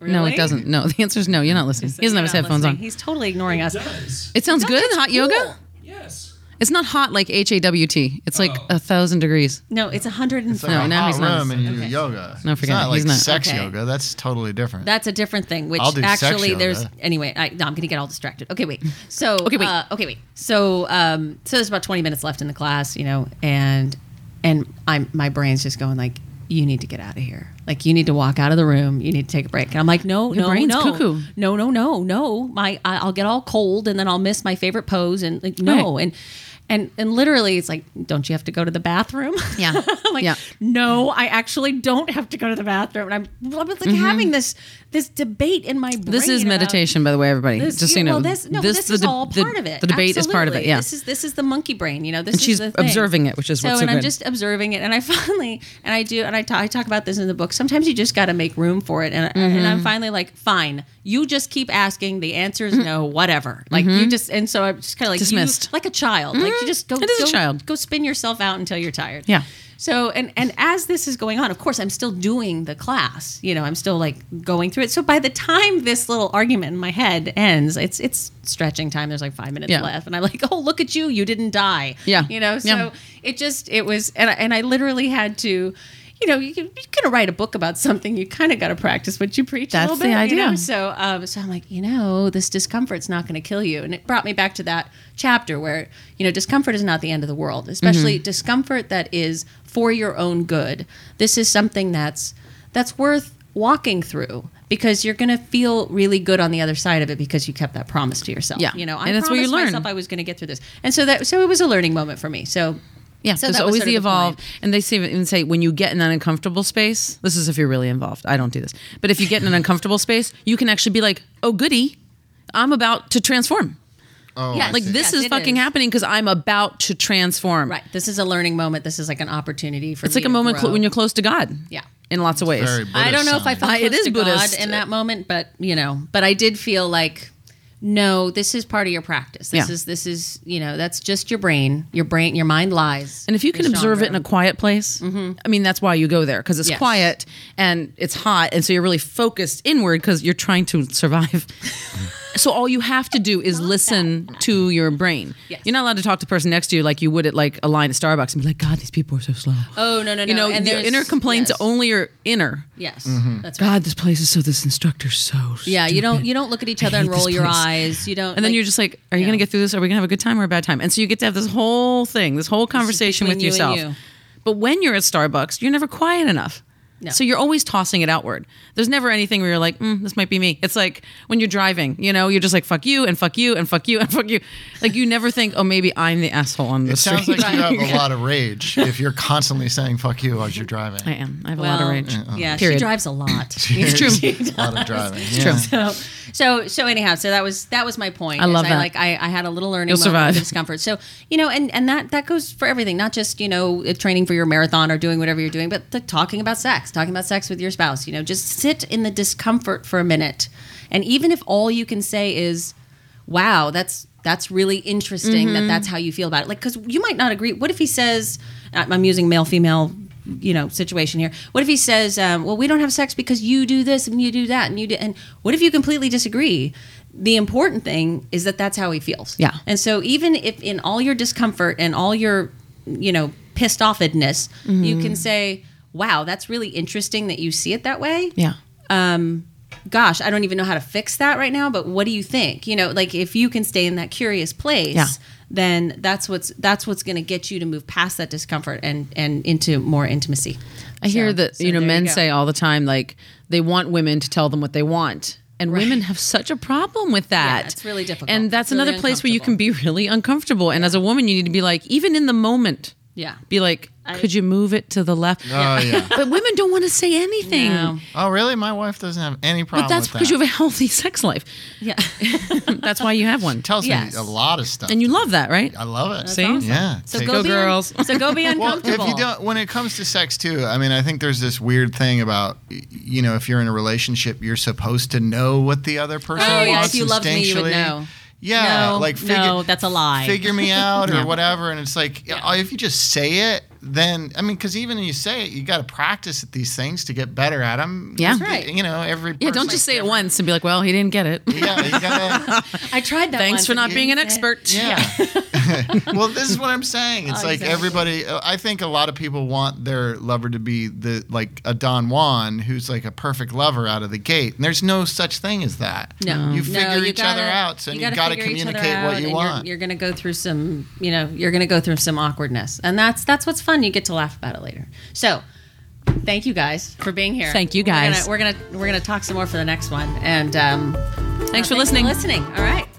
Speaker 1: Really?
Speaker 3: No, it doesn't. No, the answer is no. You're not listening. He doesn't have his
Speaker 1: You're not
Speaker 3: headphones
Speaker 1: listening.
Speaker 3: on.
Speaker 1: He's totally ignoring us.
Speaker 4: Does.
Speaker 3: It sounds good.
Speaker 1: it's
Speaker 3: Hot yoga.
Speaker 1: cool.
Speaker 4: Yes.
Speaker 3: It's not hot like H A W T. It's like
Speaker 4: Oh.
Speaker 3: a thousand degrees.
Speaker 1: No, it's 105.
Speaker 2: It's like a
Speaker 3: now
Speaker 2: hot
Speaker 3: he's not
Speaker 2: room and you do
Speaker 1: Okay.
Speaker 2: yoga.
Speaker 3: No,
Speaker 2: it's
Speaker 3: forget
Speaker 2: not
Speaker 3: it.
Speaker 2: like
Speaker 3: He's not-
Speaker 2: sex
Speaker 1: Okay.
Speaker 2: yoga. That's totally different.
Speaker 1: That's a different thing. Which
Speaker 2: I'll do sex
Speaker 1: actually,
Speaker 2: yoga.
Speaker 1: there's anyway. I, no, I'm going to get all distracted. Okay, wait. So
Speaker 3: Okay, wait.
Speaker 1: Uh, okay, wait. So um, so there's about 20 minutes left in the class, you know, and and I'm my brain's just going like, you need to get out of here. Like you need to walk out of the room. You need to take a break. And I'm like, no,
Speaker 3: Your
Speaker 1: no,
Speaker 3: brain's
Speaker 1: no,
Speaker 3: cuckoo.
Speaker 1: no, no, no, no. My I, I'll get all cold and then I'll miss my favorite pose and like no
Speaker 3: Right.
Speaker 1: and. And, and literally, it's like, don't you have to go to the bathroom?
Speaker 3: Yeah.
Speaker 1: I'm like,
Speaker 3: Yeah.
Speaker 1: no, I actually don't have to go to the bathroom. And I'm, I was like having this this debate in my brain.
Speaker 3: Mm-hmm. This is
Speaker 1: about-
Speaker 3: meditation, by the way, everybody.
Speaker 1: This,
Speaker 3: Just so you know,
Speaker 1: well, this, no, this, is
Speaker 3: the de-
Speaker 1: all
Speaker 3: the-
Speaker 1: part of it.
Speaker 3: The debate is part of it.
Speaker 1: Absolutely.
Speaker 3: Yeah.
Speaker 1: This is this is the monkey brain. You know, this
Speaker 3: And
Speaker 1: is
Speaker 3: she's
Speaker 1: the thing.
Speaker 3: observing it, which is
Speaker 1: so.
Speaker 3: what's so
Speaker 1: and I'm
Speaker 3: good.
Speaker 1: just observing it, and I finally, and I do, and I ta- I talk about this in the book. Sometimes you just got to make room for it, and, and
Speaker 3: Mm-hmm.
Speaker 1: I'm finally like, fine, you just keep asking. The answer is no, whatever. Like you just, and so I'm just kind of like you-
Speaker 3: Mm-hmm. Dismissed. Mm-hmm.
Speaker 1: like a child. Like you just go,
Speaker 3: It is a
Speaker 1: go-
Speaker 3: child.
Speaker 1: go spin yourself out until you're tired.
Speaker 3: Yeah.
Speaker 1: So and and as this is going on, of course, I'm still doing the class. You know, I'm still like going through it. So by the time this little argument in my head ends, it's it's stretching time. There's like five minutes
Speaker 3: Yeah.
Speaker 1: left, and I'm like, oh, look at you, you didn't die.
Speaker 3: Yeah.
Speaker 1: You know. So
Speaker 3: Yeah.
Speaker 1: it just it was, and I, and I literally had to. You know, you, can- you're gonna write a book about something. You kind of got to practice what you preach.
Speaker 3: That's
Speaker 1: a little bit,
Speaker 3: the
Speaker 1: you know?
Speaker 3: idea.
Speaker 1: So, um, so I'm like, you know, this discomfort's not going to kill you, and it brought me back to that chapter where you know discomfort is not the end of the world, especially
Speaker 3: Mm-hmm.
Speaker 1: discomfort that is for your own good. This is something that's that's worth walking through because you're going to feel really good on the other side of it because you kept that promise to yourself.
Speaker 3: Yeah.
Speaker 1: you know, I
Speaker 3: And that's where you
Speaker 1: promised
Speaker 3: learn.
Speaker 1: myself I was going to get through this, and so that so it was a learning moment for me. So.
Speaker 3: Yeah,
Speaker 1: So
Speaker 3: there's
Speaker 1: that was
Speaker 3: always
Speaker 1: sort
Speaker 3: the
Speaker 1: of the point.
Speaker 3: evolve, and they say even say when you get in an uncomfortable space. This is if you're really involved. I don't do this, but if you get in an uncomfortable space, you can actually be like, "Oh goody, I'm about to transform."
Speaker 2: oh,
Speaker 1: Yes.
Speaker 2: I
Speaker 3: Like
Speaker 2: see.
Speaker 3: this
Speaker 1: Yes,
Speaker 3: is
Speaker 1: it
Speaker 3: fucking
Speaker 1: is.
Speaker 3: happening because I'm about to transform.
Speaker 1: Right. This is a learning moment. This is like an opportunity for
Speaker 3: It's like a moment cl- when you're close to God.
Speaker 1: Yeah.
Speaker 3: in lots of ways.
Speaker 2: Very
Speaker 1: I don't know if I
Speaker 2: Buddhist
Speaker 1: felt
Speaker 3: sounding.
Speaker 1: it is to Buddhist
Speaker 3: Buddhist.
Speaker 1: God in that moment, but you know, but I did feel like no, this is part of your practice. This
Speaker 3: Yeah.
Speaker 1: is this is you know that's just your brain. Your brain, your mind lies.
Speaker 3: and if you can
Speaker 1: There's
Speaker 3: observe it in
Speaker 1: genre.
Speaker 3: a quiet place, I mean that's why you go there because it's
Speaker 1: Mm-hmm. Yes.
Speaker 3: quiet and it's hot, and so you're really focused inward because you're trying to survive. so all you have to do is listen to your brain.
Speaker 1: Yes.
Speaker 3: You're not allowed to talk to the person next to you like you would at like a line at Starbucks and be like, "God, these people are so slow."
Speaker 1: oh no no no,
Speaker 3: you know,
Speaker 1: and
Speaker 3: your
Speaker 1: there's-
Speaker 3: inner complaints
Speaker 1: yes,
Speaker 3: only are inner.
Speaker 1: Yes, that's right.
Speaker 3: God, this place is so. This instructor's so.
Speaker 1: Yeah, you don't
Speaker 3: stupid.
Speaker 1: you don't look at each
Speaker 3: I
Speaker 1: other and
Speaker 3: hate this
Speaker 1: roll your
Speaker 3: place.
Speaker 1: eyes. You don't,
Speaker 3: And then you're just like, are you going to get through this? Are we going to have a good time or a bad time? And so you get to have this whole thing, this whole conversation with
Speaker 1: between you and
Speaker 3: yourself.
Speaker 1: you.
Speaker 3: But when you're at Starbucks, you're never quiet enough.
Speaker 1: No.
Speaker 3: So you're always tossing it outward. There's never anything where you're like, mm, this might be me. It's like when you're driving, you know, you're just like, fuck you and fuck you and fuck you and fuck you. Like you never think, oh, maybe I'm the asshole on the
Speaker 2: It
Speaker 3: street.
Speaker 2: sounds like you have a lot of rage if you're constantly saying "fuck you" as you're driving.
Speaker 3: I am. I have
Speaker 1: well,
Speaker 3: a lot of rage.
Speaker 1: Yeah,
Speaker 3: Period.
Speaker 1: she drives a lot.
Speaker 3: It's true.
Speaker 2: a lot of driving. It's
Speaker 3: true.
Speaker 1: so so so anyhow so that was that was my point
Speaker 3: I
Speaker 1: is
Speaker 3: love that.
Speaker 1: like I, I had a little learning
Speaker 3: You'll
Speaker 1: moment of
Speaker 3: survive.
Speaker 1: discomfort so you know and and that that goes for everything not just you know uh, training for your marathon or doing whatever you're doing but the talking about sex talking about sex with your spouse you know just sit in the discomfort for a minute and even if all you can say is wow that's that's really interesting that that's how you feel about it like because you might not agree what if he says i'm I'm using male female you know situation here what if he says um, well we don't have sex because you do this and you do that and you do and what if you completely disagree the important thing is that that's how he feels
Speaker 3: Yeah.
Speaker 1: and so even if in all your discomfort and all your you know pissed offedness you can say wow that's really interesting that you see it that way
Speaker 3: Yeah.
Speaker 1: gosh, I don't even know how to fix that right now, but what do you think? You know, like if you can stay in that curious place,
Speaker 3: Yeah.
Speaker 1: then that's what's that's what's going to get you to move past that discomfort and and into more intimacy.
Speaker 3: I hear
Speaker 1: So-
Speaker 3: that
Speaker 1: so
Speaker 3: you know
Speaker 1: there
Speaker 3: men
Speaker 1: go.
Speaker 3: say all the time like they want women to tell them what they want. And women have such a problem with that.
Speaker 1: it's really difficult.
Speaker 3: And that's
Speaker 1: It's really
Speaker 3: another place where you can be really uncomfortable. And as a woman, you need to be like, even in the moment,
Speaker 1: Yeah.
Speaker 3: be like, could you move it to the left?
Speaker 2: Oh yeah.
Speaker 3: But women don't want to say anything.
Speaker 1: No.
Speaker 2: Oh really? My wife doesn't have any problem.
Speaker 3: But that's
Speaker 2: with that.
Speaker 3: because you have a healthy sex life.
Speaker 1: Yeah.
Speaker 3: That's why you have one.
Speaker 2: tells
Speaker 1: Yes.
Speaker 2: me a lot of stuff.
Speaker 3: And you love that, right?
Speaker 2: I love it.
Speaker 3: See? awesome.
Speaker 2: Yeah.
Speaker 1: So
Speaker 2: Take-
Speaker 1: go, be un-
Speaker 3: girls.
Speaker 1: so go be
Speaker 2: Well, if
Speaker 1: uncomfortable.
Speaker 2: you don't, when it comes to sex too, I mean, I think there's this weird thing about, y- you know, if you're in a relationship, you're supposed to know what the other person
Speaker 1: Oh, yeah.
Speaker 2: wants.
Speaker 1: If you loved me, you would
Speaker 2: instinctually.
Speaker 1: know.
Speaker 2: Yeah,
Speaker 1: No,
Speaker 2: like figure,
Speaker 1: no, that's a lie.
Speaker 2: Figure me out or whatever, and it's like oh, if you just say it, then I mean, because even when you say it, you got to practice at these things to get better at them.
Speaker 3: Yeah. That's
Speaker 1: right.
Speaker 2: You know, every
Speaker 3: Yeah, don't
Speaker 2: person-
Speaker 3: just say it once and be like, well, he didn't get it.
Speaker 2: Yeah, you gotta.
Speaker 1: I tried that.
Speaker 3: Thanks
Speaker 1: once
Speaker 3: for
Speaker 1: and
Speaker 3: not
Speaker 1: you
Speaker 3: being an
Speaker 1: said-
Speaker 3: expert.
Speaker 2: Yeah. well, this is what I'm saying. It's
Speaker 1: Oh,
Speaker 2: like
Speaker 1: exactly.
Speaker 2: everybody. I think a lot of people want their lover to be the like a Don Juan, who's like a perfect lover out of the gate, and there's no such thing as that.
Speaker 1: No,
Speaker 2: you
Speaker 1: No,
Speaker 2: figure
Speaker 1: you
Speaker 2: each
Speaker 1: gotta-
Speaker 2: other out, so you, got to
Speaker 1: figure each other
Speaker 2: communicate
Speaker 1: out
Speaker 2: what you
Speaker 1: and
Speaker 2: want.
Speaker 1: You're, you're going to go through some, you know, you're going to go through some awkwardness, and that's that's what's fun. You get to laugh about it later. So, thank you guys for being here.
Speaker 3: Thank you, guys.
Speaker 1: We're gonna we're gonna, we're gonna talk some more for the next one, and um,
Speaker 3: Thanks
Speaker 1: uh,
Speaker 3: for listening.
Speaker 1: listening. All right.